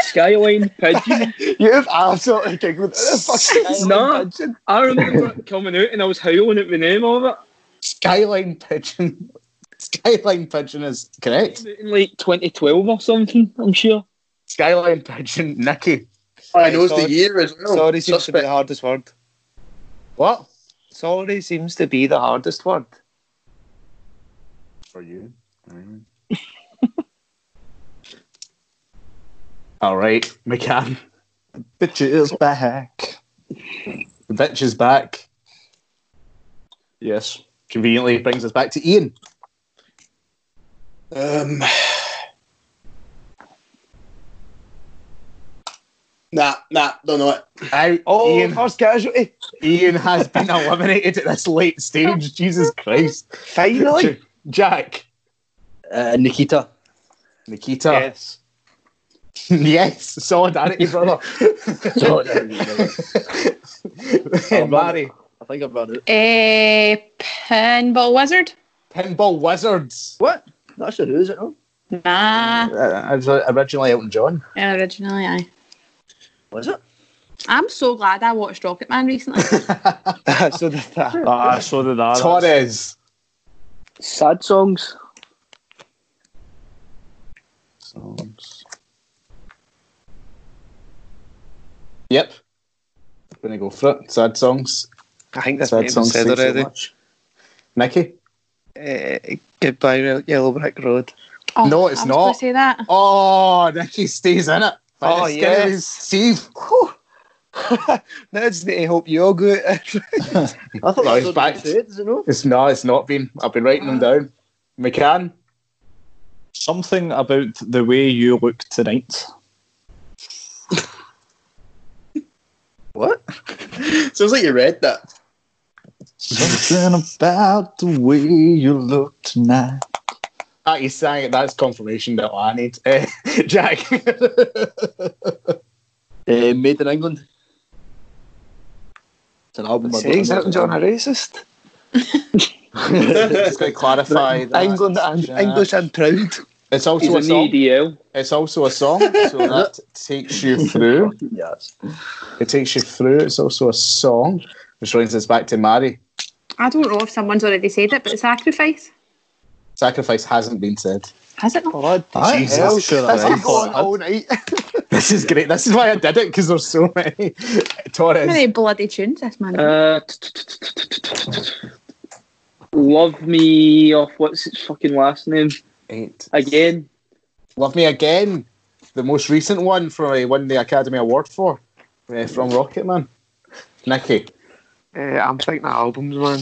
F: Skyline Pigeon.
C: You've absolutely giggled. Fucking
F: No. I remember it coming out and I was howling at the name of it.
C: Skyline Pigeon. Skyline Pigeon is correct.
F: In like 2012 or something, I'm sure.
C: Skyline Pigeon, Nicky.
E: I knows
I: sorry.
E: the year as well.
I: Sorry seems to be
E: Suspect.
I: the hardest word.
C: What?
I: Sorry seems to be the hardest word.
C: For you. All right, McCann.
B: Bitch is back.
C: The bitch is back.
B: Yes.
C: Conveniently brings us back to Ian.
E: Um, nah, nah, don't know it.
C: Out.
B: Oh,
C: Ian,
B: first casualty.
C: Ian has been eliminated at this late stage. Jesus Christ.
B: Finally.
C: J- Jack.
H: Uh, Nikita.
C: Nikita. Yes, solidarity, brother.
H: Sorry.
C: Mary.
E: I think I've run out.
G: A pinball Eh, wizard?
C: Pinball Wizards.
E: What? That's a who, is it? No?
G: Nah.
C: Uh, originally Elton John.
G: Originally, aye.
E: Was it?
G: I'm so glad I watched Rocket Man recently.
E: so did that.
D: Ah, so did I.
C: Torres.
J: Sad songs.
C: Yep. I'm gonna go for it. Sad songs.
B: I think that's
C: Sad
B: been
C: songs.
B: said
C: say so
B: already.
C: much. Nikki.
B: Uh, goodbye, Re- Yellow Brick Road.
G: Oh,
C: No, it's
G: I was gonna
C: not.
G: say that.
C: Oh, Nikki stays in it. By
B: Oh,
C: the skin of
B: yes.
C: his teeth.
B: now I just need to help you all go out.
E: I
C: No,
E: thought that
C: he's
E: was
C: back.
E: Said, is it no?
C: It's no, it's not been. I've been writing
B: Ah.
C: them down. McCann.
D: Something about the way you look tonight.
B: what?
K: Sounds like you read that.
D: Something about the way you look tonight.
C: Ah, he's saying it. That's confirmation that I need. Eh, Jack.
E: Uh, Made in England. It's an album. I don't
B: Says
E: know.
B: Elton John a racist?
C: Just going to clarify that.
B: England and
C: Jack.
B: English and proud.
C: It's
F: He's
C: also a
F: in the
C: song.
F: EDL.
C: It's also a song, so that takes you through.
E: Yes.
C: It takes you through. It's also a song, which brings us back to Mary.
G: I don't know if someone's already said it, but sacrifice.
C: Sacrifice hasn't been said.
G: Has it not?
B: Blood.
C: Jesus
B: hell.
D: Christ.
B: That's been going all night.
C: This is great. This is why I did it because there's so many.
G: How
C: Torres.
G: many bloody tunes this man?
F: Uh, t- t- t- t- t- t- t- t- Love me off what's its fucking last name
C: Eight.
F: again?
C: Love Me Again, the most recent one from uh, won the Academy Award for uh, from Rocketman. Nicky.
B: Uh, I'm thinking of albums, man.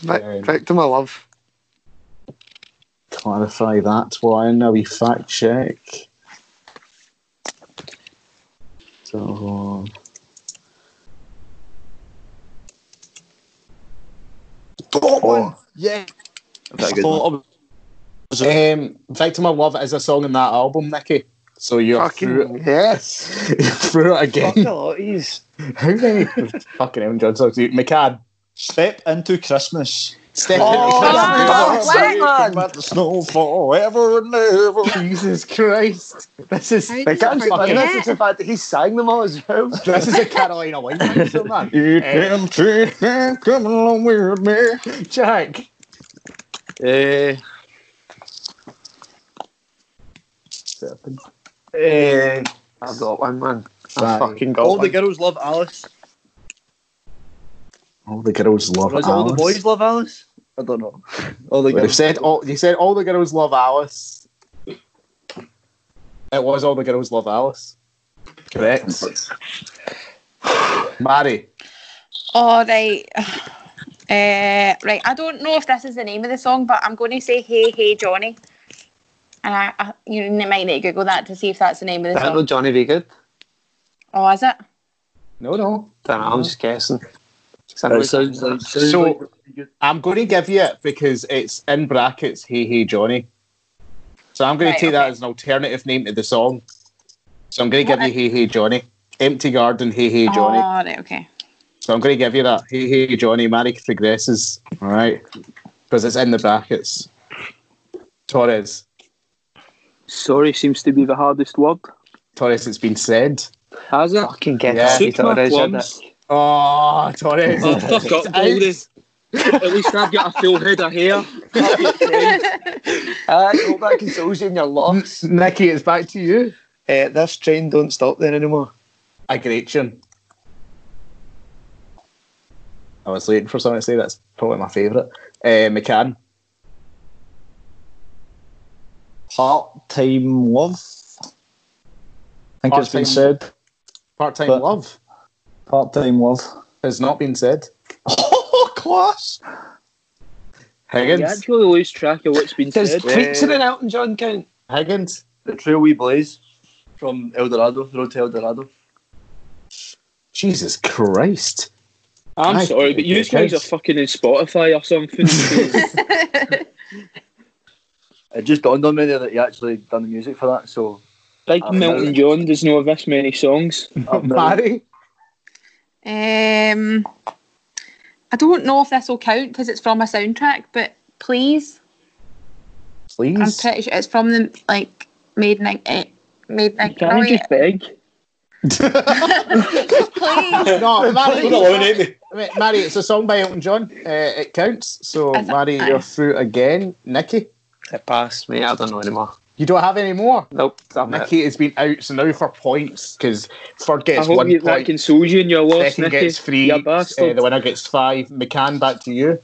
B: Vic-
C: Yeah.
B: Victim of Love.
C: Clarify that one. A wee fact check. So.
D: Oh, yeah.
E: That's a good one.
D: thought
C: Um, Victim of Love is a song in that album, Nicky. So you're
B: Fucking
C: through. Yes, you're through it
B: Fuck
C: again.
B: a lot of these.
C: How many fucking Elton John songs? do you- McCann,
D: Step into Christmas.
C: step
D: Oh,
G: Oh,
C: in.
G: what?
D: Let the snow forever and ever.
C: Jesus Christ! This is
G: How
B: They
G: did
B: can't
G: you
B: fucking
C: forget?
B: listen to the fact that he sang them all as well.
C: this is a Carolina White Man, song, man.
D: You
C: Eh,
D: can take me, come along with me.
C: Jack,
D: Eh,
E: Uh,
D: eh,
E: uh,
B: I've got one, man.
C: Right.
B: I fucking got
E: all
B: one.
E: the girls love Alice.
C: all the girls love
E: Or
C: Alice.
E: is it all the boys love Alice? I don't know. All the
C: Well, they've
E: girls.
C: said all. You said all the girls love Alice. It was all the girls love Alice. Correct. Mary.
G: All Oh, right. Uh, right, I don't know if this is the name of the song, but I'm going to say "Hey Hey Johnny," and I, I you might need to Google that to see if that's the name of the
B: That know
G: song.
B: Johnny be good.
G: Oh, is it?
C: No, no.
B: Don't know, I'm just guessing. 'Cause
H: Uh,
B: I know
E: It
B: it's-
E: sounds like. Sounds
C: So-
E: like
C: I'm going to give you it because it's in brackets. Hey, hey, Johnny. So I'm going
G: Right,
C: to take that
G: okay.
C: as an alternative name to the song. So I'm going to give
G: What
C: you Hey, hey, Johnny. Empty Garden. Hey, hey, Johnny.
G: Oh, right, okay.
C: So I'm going to give you that. Hey, hey, Johnny. Mary progresses. All right, because it's in the brackets. Torres.
J: Sorry seems to be the hardest word.
C: Torres, it's been said.
J: Has it?
B: Fucking get
C: Yeah.
B: that
F: Suit
B: shit
F: my
B: out of
F: plums.
C: Oh, Torres.
F: Oh, fuck up, Goldie. At least I've got a full head of hair.
B: I hope that consoles you in your loss.
H: Mm,
C: Nikki, it's back to you.
H: eh,
B: Uh, this train don't stop there anymore.
C: A great tune. I was waiting for someone to say that's probably my favourite. Uh, McCann.
D: Part time love. I think it's
C: Part-time-
D: been said.
C: Part time
D: But-
C: love
D: Part time love.
C: has not been said.
D: Oh, class.
F: You
C: Higgins.
F: actually lose track of what's been
B: Does
F: said.
B: Creature and Elton John count?
C: Higgins.
E: the trail we blaze from El Dorado, the road to El Dorado.
C: Jesus Christ.
F: I'm
C: I-
F: sorry, but you
C: it
F: guys are
C: counts.
F: fucking in Spotify or something.
E: It just dawned on me there that he actually done the music for that. So
F: Big
E: I'm
F: Milton
E: not-
F: John
D: Oh,
F: does know of this many songs.
E: I've never-
C: Mary.
G: Um, I don't know if this will count because it's from a soundtrack, but please, I'm
C: Please.
G: pretty sure it's from the like made in eh, made in
F: Can
G: oh,
F: I
G: wait.
F: just beg?
G: please.
C: no, Mary,
E: Don't eliminate me.
C: Ma- Mary, it's a song by Elton John. Uh, it counts. So,
G: I th-
C: Mary,
G: I-
C: you're through again. Nikki,
I: It passed me. I don't know anymore.
C: you don't have any more.
I: Nope. Damn it.
C: Nikki has been out, so now for points because Ford
F: I
C: gets
F: hope
C: one
F: you, that
C: point,
F: consoles you in your loss,
C: second
F: Nicky.
C: gets three,
F: you
C: uh,
F: bastard.
C: the winner gets five. McCann, back to you.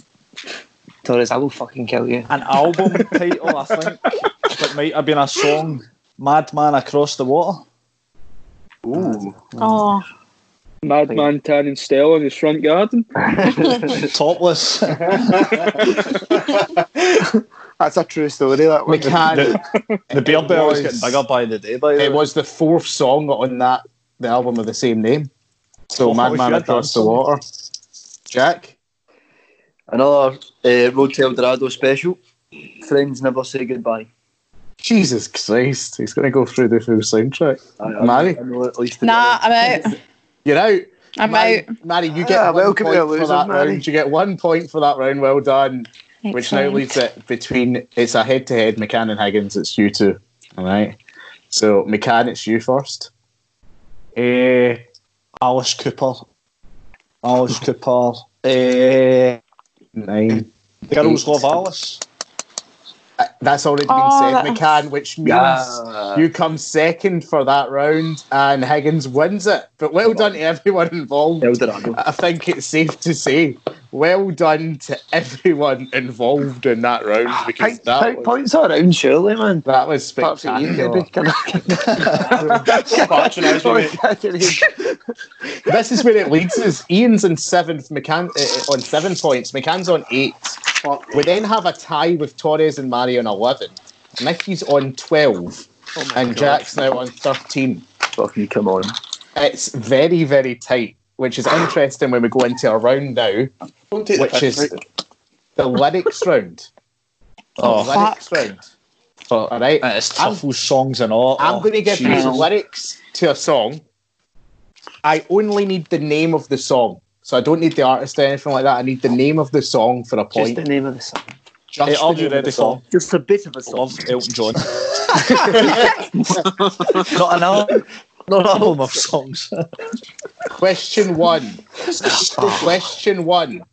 I: Torres, I will fucking kill you.
D: An album title, I think. It might have been a song. Madman Across the Water.
C: Ooh.
G: Oh,
F: Madman turning stale in his front garden.
D: Topless.
I: That's a true story. That one.
C: McCann,
D: the beer bell is
C: was-
D: getting bigger by the day, by the
C: it
D: way.
C: was the fourth song on that the album of the same name. So,
D: Oh,
C: Madman
D: if you had
C: Across
D: done
C: the Water. Jack,
H: Another uh, Road to El Dorado special. Friends never say goodbye.
C: Jesus Christ, he's going to go through the full soundtrack.
H: I, I,
C: Mary?
H: I know at least the-
G: nah, I'm out.
C: You're out.
G: I'm
C: Mary,
G: out.
C: Mary, you get
I: Ah,
C: one
I: welcome
C: point
I: to a
C: for
I: loser,
C: that
I: Mary.
C: round. You get one point for that round. Well done. Which now
G: Excellent.
C: leaves it between it's a head to head McCann and Higgins. It's you two. All right. So McCann, it's you first. Eh,
D: Alice Cooper. Alice Cooper. Eh,
C: nine.
D: Girls Love Alice.
C: Uh, That's already been
G: Oh,
C: said,
G: that-
C: McCann, which means
H: Yeah.
C: you come second for that round, and Higgins wins it. But well done to everyone involved.
H: El Dorado.
C: I think it's safe to say, well done to everyone involved in that round
I: Ah,
C: because
I: Pint,
C: that
I: pint,
C: was,
I: points are around, surely, man.
C: that was
I: Apart from you,
C: spectacular.
I: maybe. Can
E: Patronise me, mate.
I: I-
C: this is where it leads us. Ian's in seventh, McCann uh, on seven points. McCann's on eight. We then have a tie with Torres and Mari on eleven. Nicky's on twelve,
E: Oh
C: and Jack's now on thirteen.
H: Fucking come on.
C: It's very very tight, which is interesting when we go into a round now,
E: Don't take
C: which
E: the
C: is
E: piss,
C: the lyrics round.
D: Oh,
C: The lyrics round. All right.
D: Uh, it's tough with songs and all. Oh,
C: I'm going to give these
F: Jesus.
C: lyrics to a song. I only need the name of the song. So I don't need the artist or anything like that. I need the name of the song for a
I: Just
C: point.
I: the name of the song.
C: Just
D: Hey, I'll
C: the name
D: do
C: of the
D: that song.
I: Just a bit of a song.
D: Love Elton John. not an album. Not an album of songs.
C: Question one. Question one.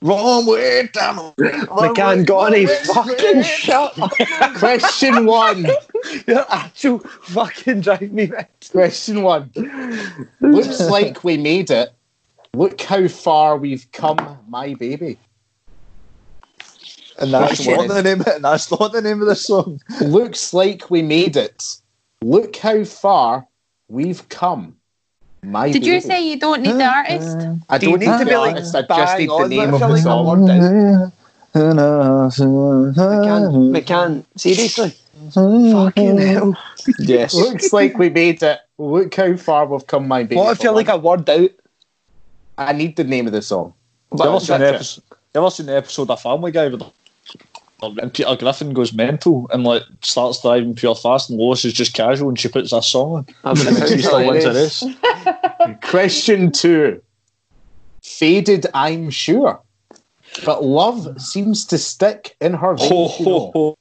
D: Wrong way down.
I: McCann got any fucking shut up.
C: Question one.
I: Your actual fucking drive me mad.
C: Question one. Looks like we made it. Look how far we've come, my baby.
D: And that's not the name. And that's not the name of the song.
C: Looks like we made it. Look how far we've come, my
G: Did
C: baby.
G: you say you don't need the artist?
C: I
I: Do you
C: don't
I: need
C: need
I: to
C: to
I: be,
C: be
I: like,
C: honest. I just
I: bang
C: need the
I: on
C: name
I: with
C: of
I: it,
C: the
I: like,
C: song.
I: word
D: Um,
I: McCann,
D: McCann.
I: McCann, seriously? Fucking hell.
D: Yes.
C: Looks like we made it. Look how far we've come, my baby.
I: What if you're like a word out?
C: I need the name of the song.
D: You ever, seen the
C: That's it.
D: episode, you ever seen the episode of Family Guy with and Peter Griffin goes mental and like starts driving pure fast and Lois is just casual and she puts that song on.
I: I mean,
D: And she still wins the race.
C: Question two. Faded, I'm sure. But love seems to stick in her veins.
D: Ho
C: you know.
D: ho ho.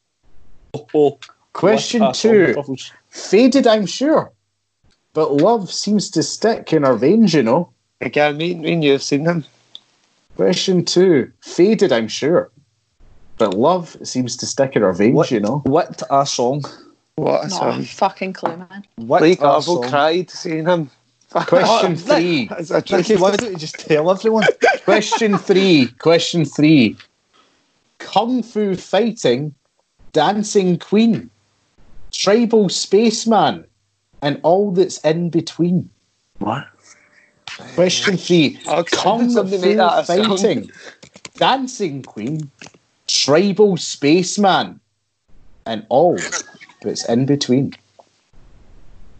D: ho, ho.
C: Question
D: What a song,
C: two.
D: Truffles.
C: Faded, I'm sure. But love seems to stick in her veins, you know.
I: Again, me, me and you have seen him.
C: Question two. Faded, I'm sure. But love seems to stick in her veins,
D: What?
C: you know.
D: What a song.
I: What a
G: No
I: song.
G: fucking clue, man.
D: What
I: Blake
D: a
I: Arvo
D: song.
I: cried seeing him. Oh,
C: Question three.
I: That's a tricky
D: Ricky,
I: one.
D: why don't you just tell everyone?
C: Question three. Question three. Kung Fu fighting, dancing queen, tribal spaceman, and all that's in between. What? Question three.
I: Oh,
C: Kung
I: somebody make
C: Fu
I: that a song.
C: fighting, dancing queen, tribal spaceman, and all that's in between.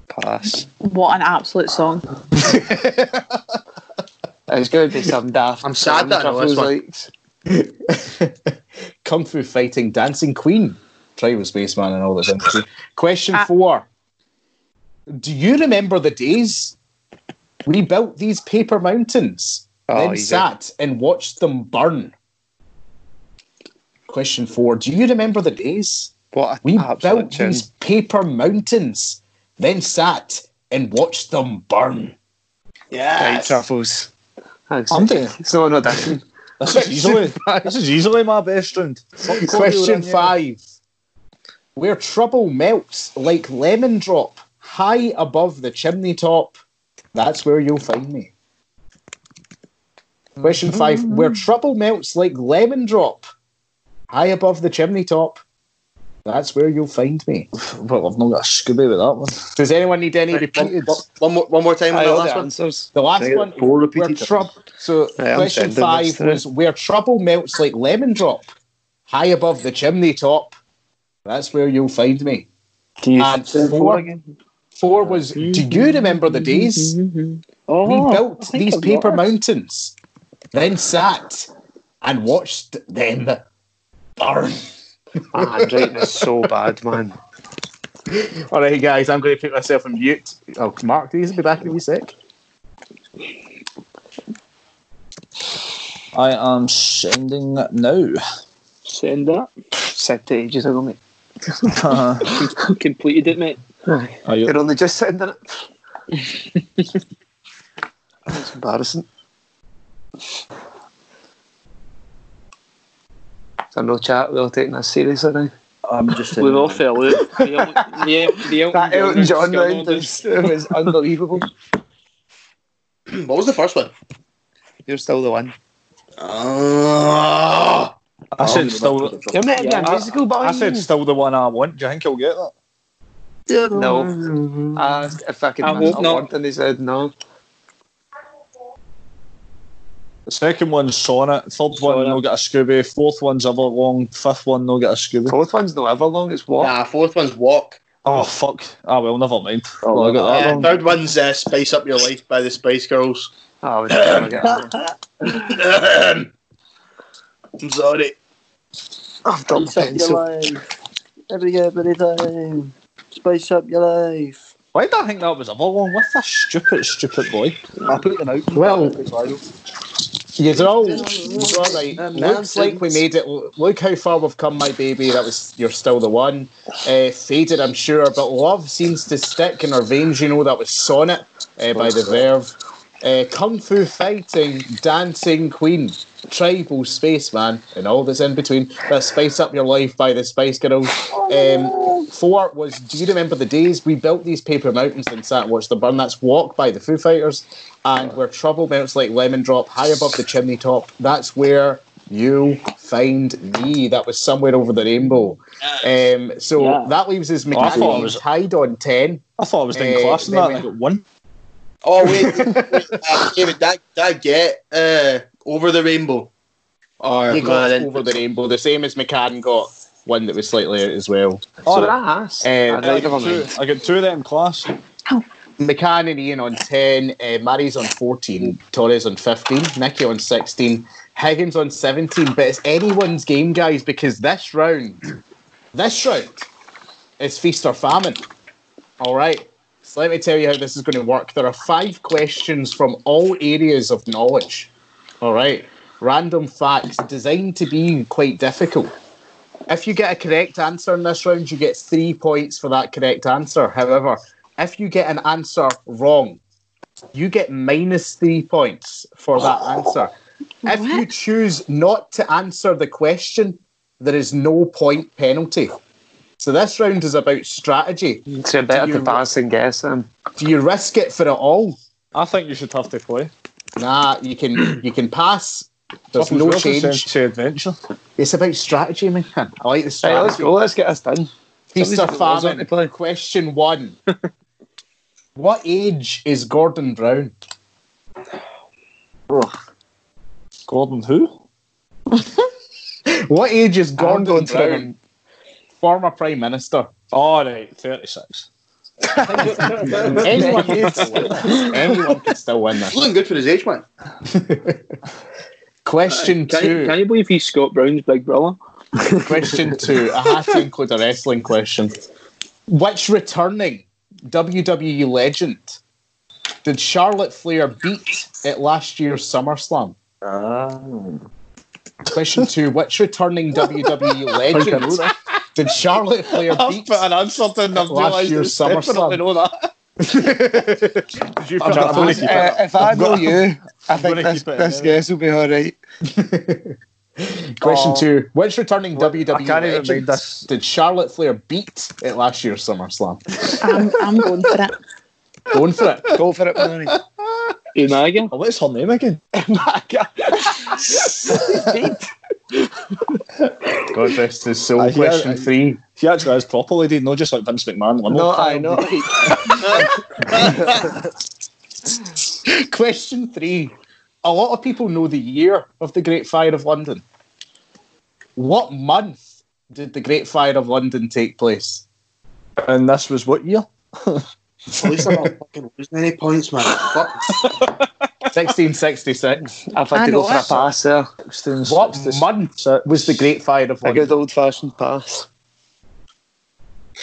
I: Pass.
G: What an absolute song.
I: It's going to be some daft.
E: I'm sad that I know this
I: Truffles
E: one.
I: likes.
C: Kung Fu fighting, dancing queen, tribal spaceman, and all this. in between. Question
G: Ah.
C: four: Do you remember the days we built these paper mountains
I: Oh,
C: then
I: he's a-
C: sat and watched them burn. Question four Do you remember the days?
I: what a
C: We
I: absolute
C: built
I: tune.
C: these paper mountains, then sat and watched them burn.
I: Right,
E: Yes.
I: Truffles.
B: Thanks.
C: I'm doing-
B: So no, that's
D: This is easily this is easily my best round.
C: Question five. Where trouble melts like lemon drop high above the chimney top, that's where you'll find me. Question five.
D: Mm-hmm.
C: Where trouble melts like lemon drop high above the chimney top, that's where you'll find me.
D: Well, I've not got a Scooby with that one.
C: Does anyone need any repeated?
E: One- one more, one more time on
I: Aye,
E: that
I: all
E: last
I: the
E: one.
I: answers.
C: The last
H: Can I get
C: one.
H: four
C: Where
H: repeated.
C: trouble. So
I: Right, I'm
C: question
I: sending this
C: five
I: through.
C: was where trouble melts like lemon drop, high above the chimney top. That's where you'll find me.
H: Can you
C: And
H: say
C: four-
H: four again? Uh,
C: Four was. Do you remember the days
H: Oh,
C: we
H: I
C: Mm-hmm. built
H: think
C: these
H: I've
C: paper
H: got it.
C: mountains, then sat and watched them burn?
I: My
B: Ah,
I: handwriting is so bad, man.
C: All right, guys, I'm going to put myself on mute. Oh, Mark, these will be back in a sec.
D: I am sending that now.
F: Send that.
B: said to ages ago, mate.
F: Completed it, mate.
B: Aye.
D: Are you-
B: You're only just sending it. That's embarrassing. So no chat. We're all taking this seriously now.
H: I'm just
F: We've all
H: saying.
F: fell out. The El- the El- the
B: That Elton John round
F: round.
B: is, it was unbelievable.
E: What was the first one?
I: You're still the one.
E: Ah.
D: I said still.
I: You're not even
F: Yeah,
I: a musical boy.
D: I said still the one I want. Do you think I'll get that?
B: No. I asked if I could
F: I
B: miss
F: hope
B: a
F: not.
B: word, and he said no.
D: The second one's Sonnet. Third one,
F: Sonnet.
D: no get a Scooby. Fourth one's Everlong. Fifth one, no get a Scooby.
B: Fourth one's no ever long. It's what?
E: Nah, fourth one's walk.
D: Oh fuck! Ah well, never mind.
H: Oh,
D: well, I got that
E: Uh,
D: wrong.
E: third one's uh, Spice Up Your Life by the Spice Girls.
B: Oh, I was never get that.
E: I'm sorry.
I: I've done my pencil.
H: Every every time. Spice uh, up your life.
D: Why did I think that was Everlong? What a stupid, stupid boy.
H: I put them out.
C: Well,
H: It's
C: You're all, you're all right. Looks like we made it. Look how far we've come, my baby. That was you're still the one. Uh, faded, I'm sure, but love seems to stick in our veins. You know that was Sonnet uh, by the Verve. Uh, Kung Fu Fighting, Dancing Queen, Tribal Spaceman, and all that's in between. That Spice Up Your Life by the Spice Girls. Um, four was Do You Remember the Days? We built these paper mountains and sat and watched them burn. That's Walk by the Foo Fighters. And Where Trouble Melts Like Lemon Drop, High Above the Chimney Top. That's where you find me. That was somewhere over the rainbow. Um, so
F: Yeah.
C: that leaves us
D: I thought it
C: McGaffey
D: was-
C: tied on 10.
D: I thought I was doing
C: Eh,
D: class in
C: then
D: that.
C: we-
D: and I got one.
E: Oh wait, wait, wait uh, David, that that get uh, over the rainbow. Or
C: He got
E: Glenn-
C: over the rainbow, the same as McCann got one that was slightly out as well.
D: Oh,
B: So that ass.
H: Uh,
C: Um,
D: I, got two, I got two of them in class.
C: McCann and Ian on 10, uh, Mary's on 14, Torres on 15, Nicky on 16, Higgins on 17. But it's anyone's game, guys, because this round, this round is feast or famine. All right. So let me tell you how this is going to work. There are five questions from all areas of knowledge. All right. Random facts designed to be quite difficult. If you get a correct answer in this round, you get three points for that correct answer. However, if you get an answer wrong, you get minus three points for that answer. If you choose not to answer the question, there is no point penalty. So this round is about strategy.
B: So better
C: you-
B: to pass and guess
H: um,
B: them.
C: Do you risk it for it all?
D: I think you should have to play.
C: Nah, you can you can pass. There's
D: Something
C: no
D: else that
C: change.
D: says To adventure.
C: It's about strategy, man. I like the
B: Right, let's
C: strategy.
B: go. Let's get this done.
C: Feast or
B: Somebody's got laws on to
C: famine.
B: play.
C: Question one. what age is Gordon Brown?
D: Gordon, who?
C: What age is Gordon
I: going for
C: Brown?
I: an-
C: Former Prime Minister.
D: All right, thirty-six.
C: Anyone can still win this. Anyone can still win
E: He's
C: this.
E: Looking good for his age, man.
C: Question
F: Can you,
C: two.
F: can you believe he's Scott Brown's big brother?
C: Question two. I had to include a wrestling question. Which returning WWE E legend Did Charlotte Flair beat at last year's SummerSlam? Question two: Which returning WWE legend did Charlotte Flair
D: I've
C: beat?
D: put an answer to and I've
C: Last
D: realised
C: year's
D: it's
C: SummerSlam.
D: definitely know that.
C: Did you
D: I'm
C: put that
D: not- I'm gonna
C: as-
D: keep it
C: uh,
D: up.
I: Uh, if I
D: I've
I: know
D: got-
I: you, I think
D: gonna
I: this,
D: keep it
I: this
D: in.
I: guess will be all right.
C: Question
H: Oh.
C: two: Which returning
H: Well, I
C: WWE
H: can't even read
C: legend
H: this.
C: did Charlotte Flair beat at last year's SummerSlam?
G: I'm, I'm going for it.
C: Going for it.
I: Go for it, Maloney.
F: Who's Madigan?
D: Oh, what's her name again?
C: God rest his soul.
D: I hear-
C: Question
D: I-
C: three.
D: She actually is properly did, not just like Vince McMahon. Limo
H: No,
D: pile.
H: I know.
C: Question three. A lot of people know the year of the Great Fire of London. What month did the Great Fire of London take place?
D: And this was what year?
E: At least I'm not fucking losing any points, man. Fuck.
C: 1666.
H: I've had
G: I
H: to
G: know
H: go for a
G: it.
H: pass there.
C: What
I: Mm.
C: month was the Great Fire of
I: A good
C: London?
I: old fashioned pass.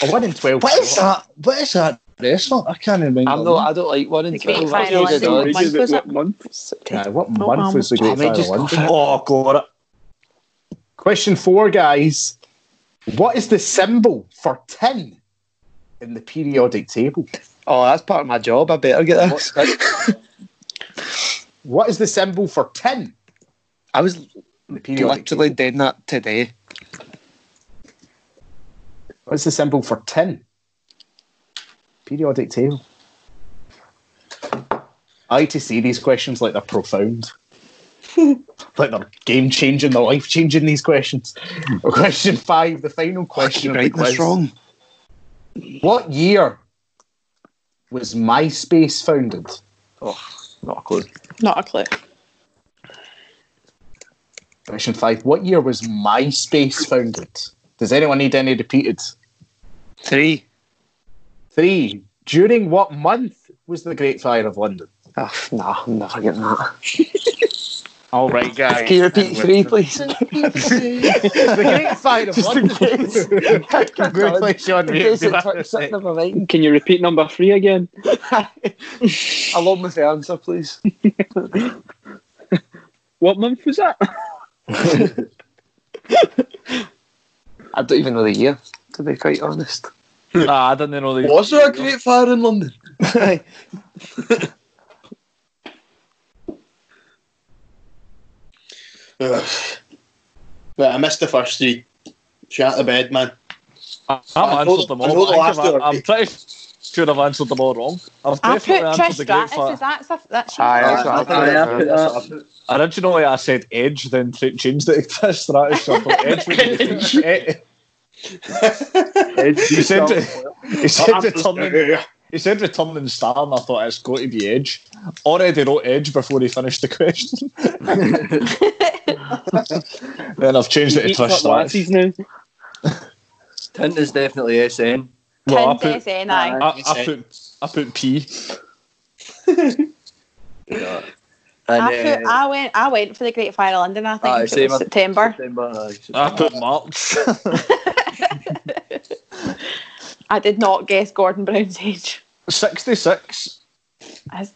C: A one in twelve.
D: What is that? What is that wrestler? I can't remember.
H: I'm not. I don't like one in
G: The Great
H: twelve.
G: Fire
H: That's
G: London.
H: what it does.
G: Month was it?
C: Uh, what
G: Oh,
C: month
G: um,
C: was the
H: I
C: Great
H: mean,
C: Fire of
H: just go
C: London?
H: for it.
D: Oh, got it.
C: Question four, guys. What is the symbol for tin in the periodic table?
I: Oh, that's part of my job. I better get this.
C: What is the symbol for tin
I: I was
C: in the periodic
I: literally
C: table?
I: doing that today.
C: What is the symbol for tin? Periodic table. I like to see these questions like they're profound. like they're game changing, they're life changing these questions.
H: Hmm.
C: Question five, the final
I: I
C: question.
I: keep
C: of the
I: writing this
C: quiz.
I: wrong.
C: What year was MySpace founded?
H: Not a clue.
G: Not a clue.
C: Question five. What year was MySpace founded? Does anyone need any repeated?
I: Three.
C: Three. During what month was the Great Fire of London?
I: Oh, no, I'm never getting that.
C: All right, guys.
H: Can you repeat three, please?
C: the Great Fire of
H: Just in case.
C: London. I'm going to place you on
H: In case
C: mute.
H: it tricks up my mind.
F: Can you repeat number three again?
H: Along with the answer, please.
F: What month was that?
I: I don't even know the year, to be quite honest.
H: nah, I didn't know the.
E: Was there a great fire in London? Ugh. Right, I missed the first three. Shout the bed, man.
D: I've answered them
E: I know
D: all.
E: the
D: I
E: last
D: think
E: one.
D: I've- I'm pretty sure I've answered them all wrong. I've
G: I put
D: definitely
G: Trish
D: answered the great
G: Stratus.
D: fire.
G: Is that stuff? That's
I: Aye,
G: your-
I: that's what I
F: Aye,
I: thought.
F: I put that.
D: Originally, I said Edge, then th- changed it to Trish Stratus. So I thought Edge would be- Ed- He said, he said returning. He said returning star, and I thought it's got to be Edge. Already wrote Edge before he finished the question. then I've changed it to
F: Eats up
D: Trish Stratus.
F: lassies now.
H: Tint is definitely SN.
D: Well, I
G: Tim's
D: put,
G: SN, aye.
D: I, I put, I put P.
H: And, uh,
G: I, put, I went. I went for the Great Fire of London. I think
H: Aye,
G: it was
H: same.
G: September.
H: uh,
D: I put March.
G: I did not guess Gordon Brown's age.
D: Sixty-six.
G: I,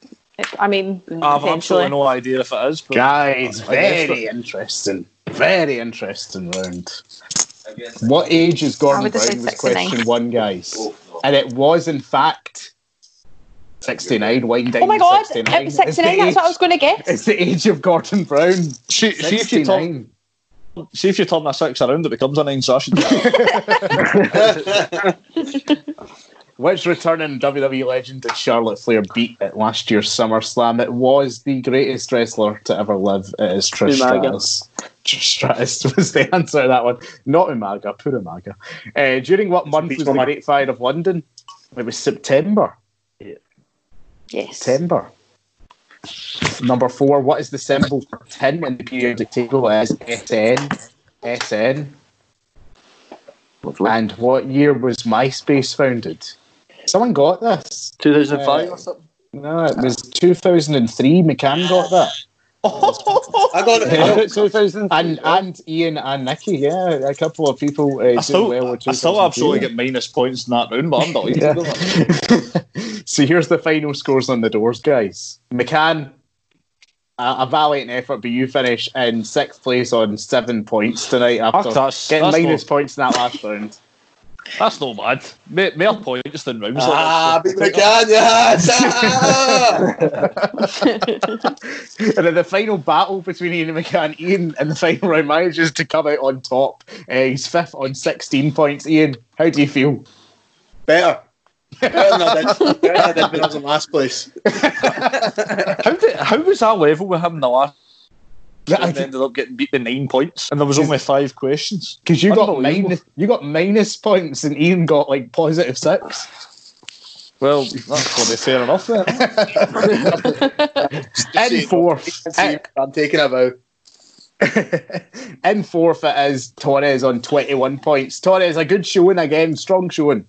G: I mean,
D: I've absolutely
G: essentially.
D: no idea if it is. But
C: Guys,
D: I guess
C: very interesting. Very interesting round. What age is
G: I
C: Gordon
G: would have
C: Brown
G: said
C: was
G: 69.
C: question one, guys. And it was, in fact, 69, winding down
G: Oh my
C: to
G: god,
C: 69.
G: it was
C: It's the
G: 69. That's what
C: age-
G: I was going to guess.
C: It's the age of Gordon Brown.
D: see, see if you turn,
C: 69.
D: see if you turn a six around, it becomes a nine. So I should.
C: Which returning WWE E legend did Charlotte Flair beat at last year's SummerSlam? It was the greatest wrestler to ever live. It is Trish
F: Umaga.
C: Stratus. Trish Stratus was the answer to that one. Not Umaga, poor Umaga. Uh, during what month was the
E: Umaga.
C: Great Fire of London? It was September.
G: Yes.
C: September. Number four, what is the symbol for tin in the periodic table? It is SN. SN. And what year was MySpace founded? Someone got this.
H: 2005 or something.
C: No, it was 2003. McCann got that.
E: I got it. I got it.
C: 2003. And, and Ian and Nikki, yeah, a couple of people uh,
D: I
C: did
D: still,
C: well with
D: I still
C: 2003.
D: absolutely get minus points in that round, but I'm not.
C: Yeah. So here's the final scores on the doors, guys. McCann, a, a valiant effort, but you finish in sixth place on seven points tonight after
D: that's-
C: getting
D: that's
C: minus
D: not-
C: points in that last round.
D: That's not bad. Ma- Mere points than rounds.
E: Ah,
D: like
E: beat
D: that, so-
E: McCann, yes! Ah!
C: and in the final battle between Ian and McCann, Ian in the final round manages to come out on top. Uh, he's fifth on 16 points. Ian, how do you feel?
E: Better. Better than I did. Better than I did when I was in last place.
D: How, did, how was that level with him in the last? and ended up getting beat by nine points, and there was only five questions.
C: Because you got
D: Unbelievable.
C: minus, you got minus points, and Ian got like positive six.
D: Well, that's probably fair enough. Then.
C: In fourth,
E: I'm taking a vow.
C: in fourth it is Torres on twenty-one points. Torres, a good showing again, strong showing.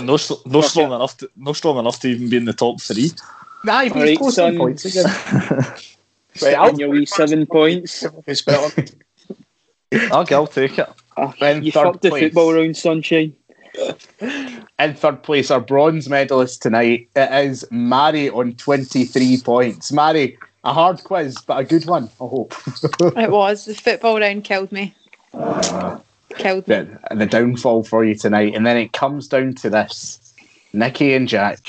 D: no, s- no strong enough. To, no strong enough to even be in the top three.
C: Nah, he's
F: All right,
C: close
F: son.
C: on points again.
F: And your wee seven points.
E: Who's better?
D: Okay, I'll take it.
F: Ah,
C: In
F: you
C: third
F: fucked the
C: place.
F: football round, sunshine.
C: In third place, our bronze medalist tonight it is Mary on twenty-three points. Mary, a hard quiz but a good one, I hope.
G: It was. The football round killed me. Killed me.
C: the, the downfall for you tonight, and then it comes down to this: Nikki and Jack.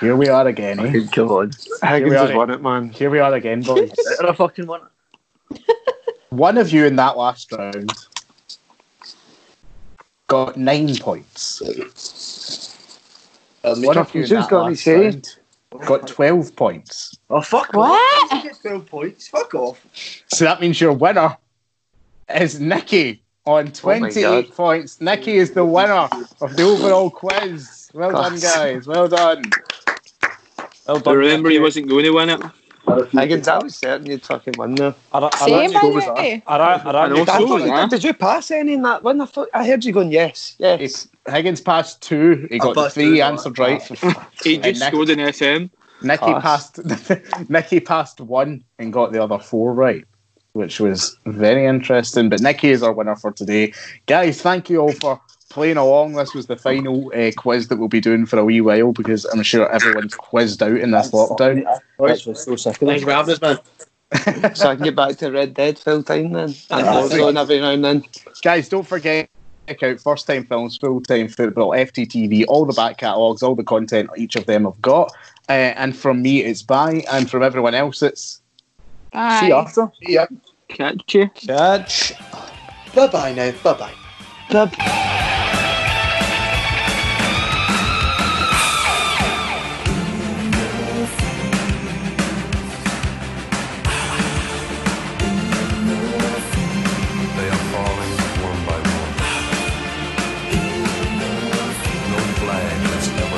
C: Here we are again. eh?
H: Come on.
C: we
I: Higgins
C: are,
I: has
C: eh?
I: won it, man.
C: Here we are again, boys.
H: Did I fucking won it?
C: One of you in that last round got nine points. One of you in
I: Who's
C: that
I: gonna
C: last
I: say?
C: round got 12 points.
H: Oh, fuck
G: What?
H: off. Get 12 points. Fuck off.
C: So that means your winner is Nikki on 28
I: Oh God.
C: points. Nikki is the winner of the overall quiz. Well done,
I: Class.
C: guys. Well done.
D: Well done.
F: Remember, he wasn't going to win it.
I: Higgins, I was certain you'd fucking win there.
D: I, ra- I,
G: Same,
D: ran,
G: by
I: go
G: the
I: with that.
G: way.
D: I, ran, I, ran
F: And
D: you
F: also-
D: down.
F: Oh, yeah.
I: Did you pass any in that one? I, thought, I heard you going, yes,
C: He-
I: yes.
C: Higgins passed two. He got
E: passed
C: three
E: two,
C: answered right.
F: He
C: And
F: just
C: Nick-
F: scored an FM.
C: Nikki
I: Class.
C: passed Nikki passed one and got the other four right, which was very interesting. But Nikki is our winner for today, guys. Thank you all for playing along. This was the final uh, quiz that we'll be doing for a wee while because I'm sure everyone's quizzed out in this lockdown.
H: That's what's so sick of
E: Thanks
H: it.
E: for having us, man.
I: so I can get back to Red Dead full time then. And Warzone every now and then.
C: Guys, don't forget. Check out first time films, full time football, FTTV, all the back catalogues, all the content each of them have got. Uh, and from me, it's bye, and from everyone else, it's
G: Bye.
C: see you after.
F: Catch you.
D: Catch.
E: Bye bye now. Bye bye.
I: Bye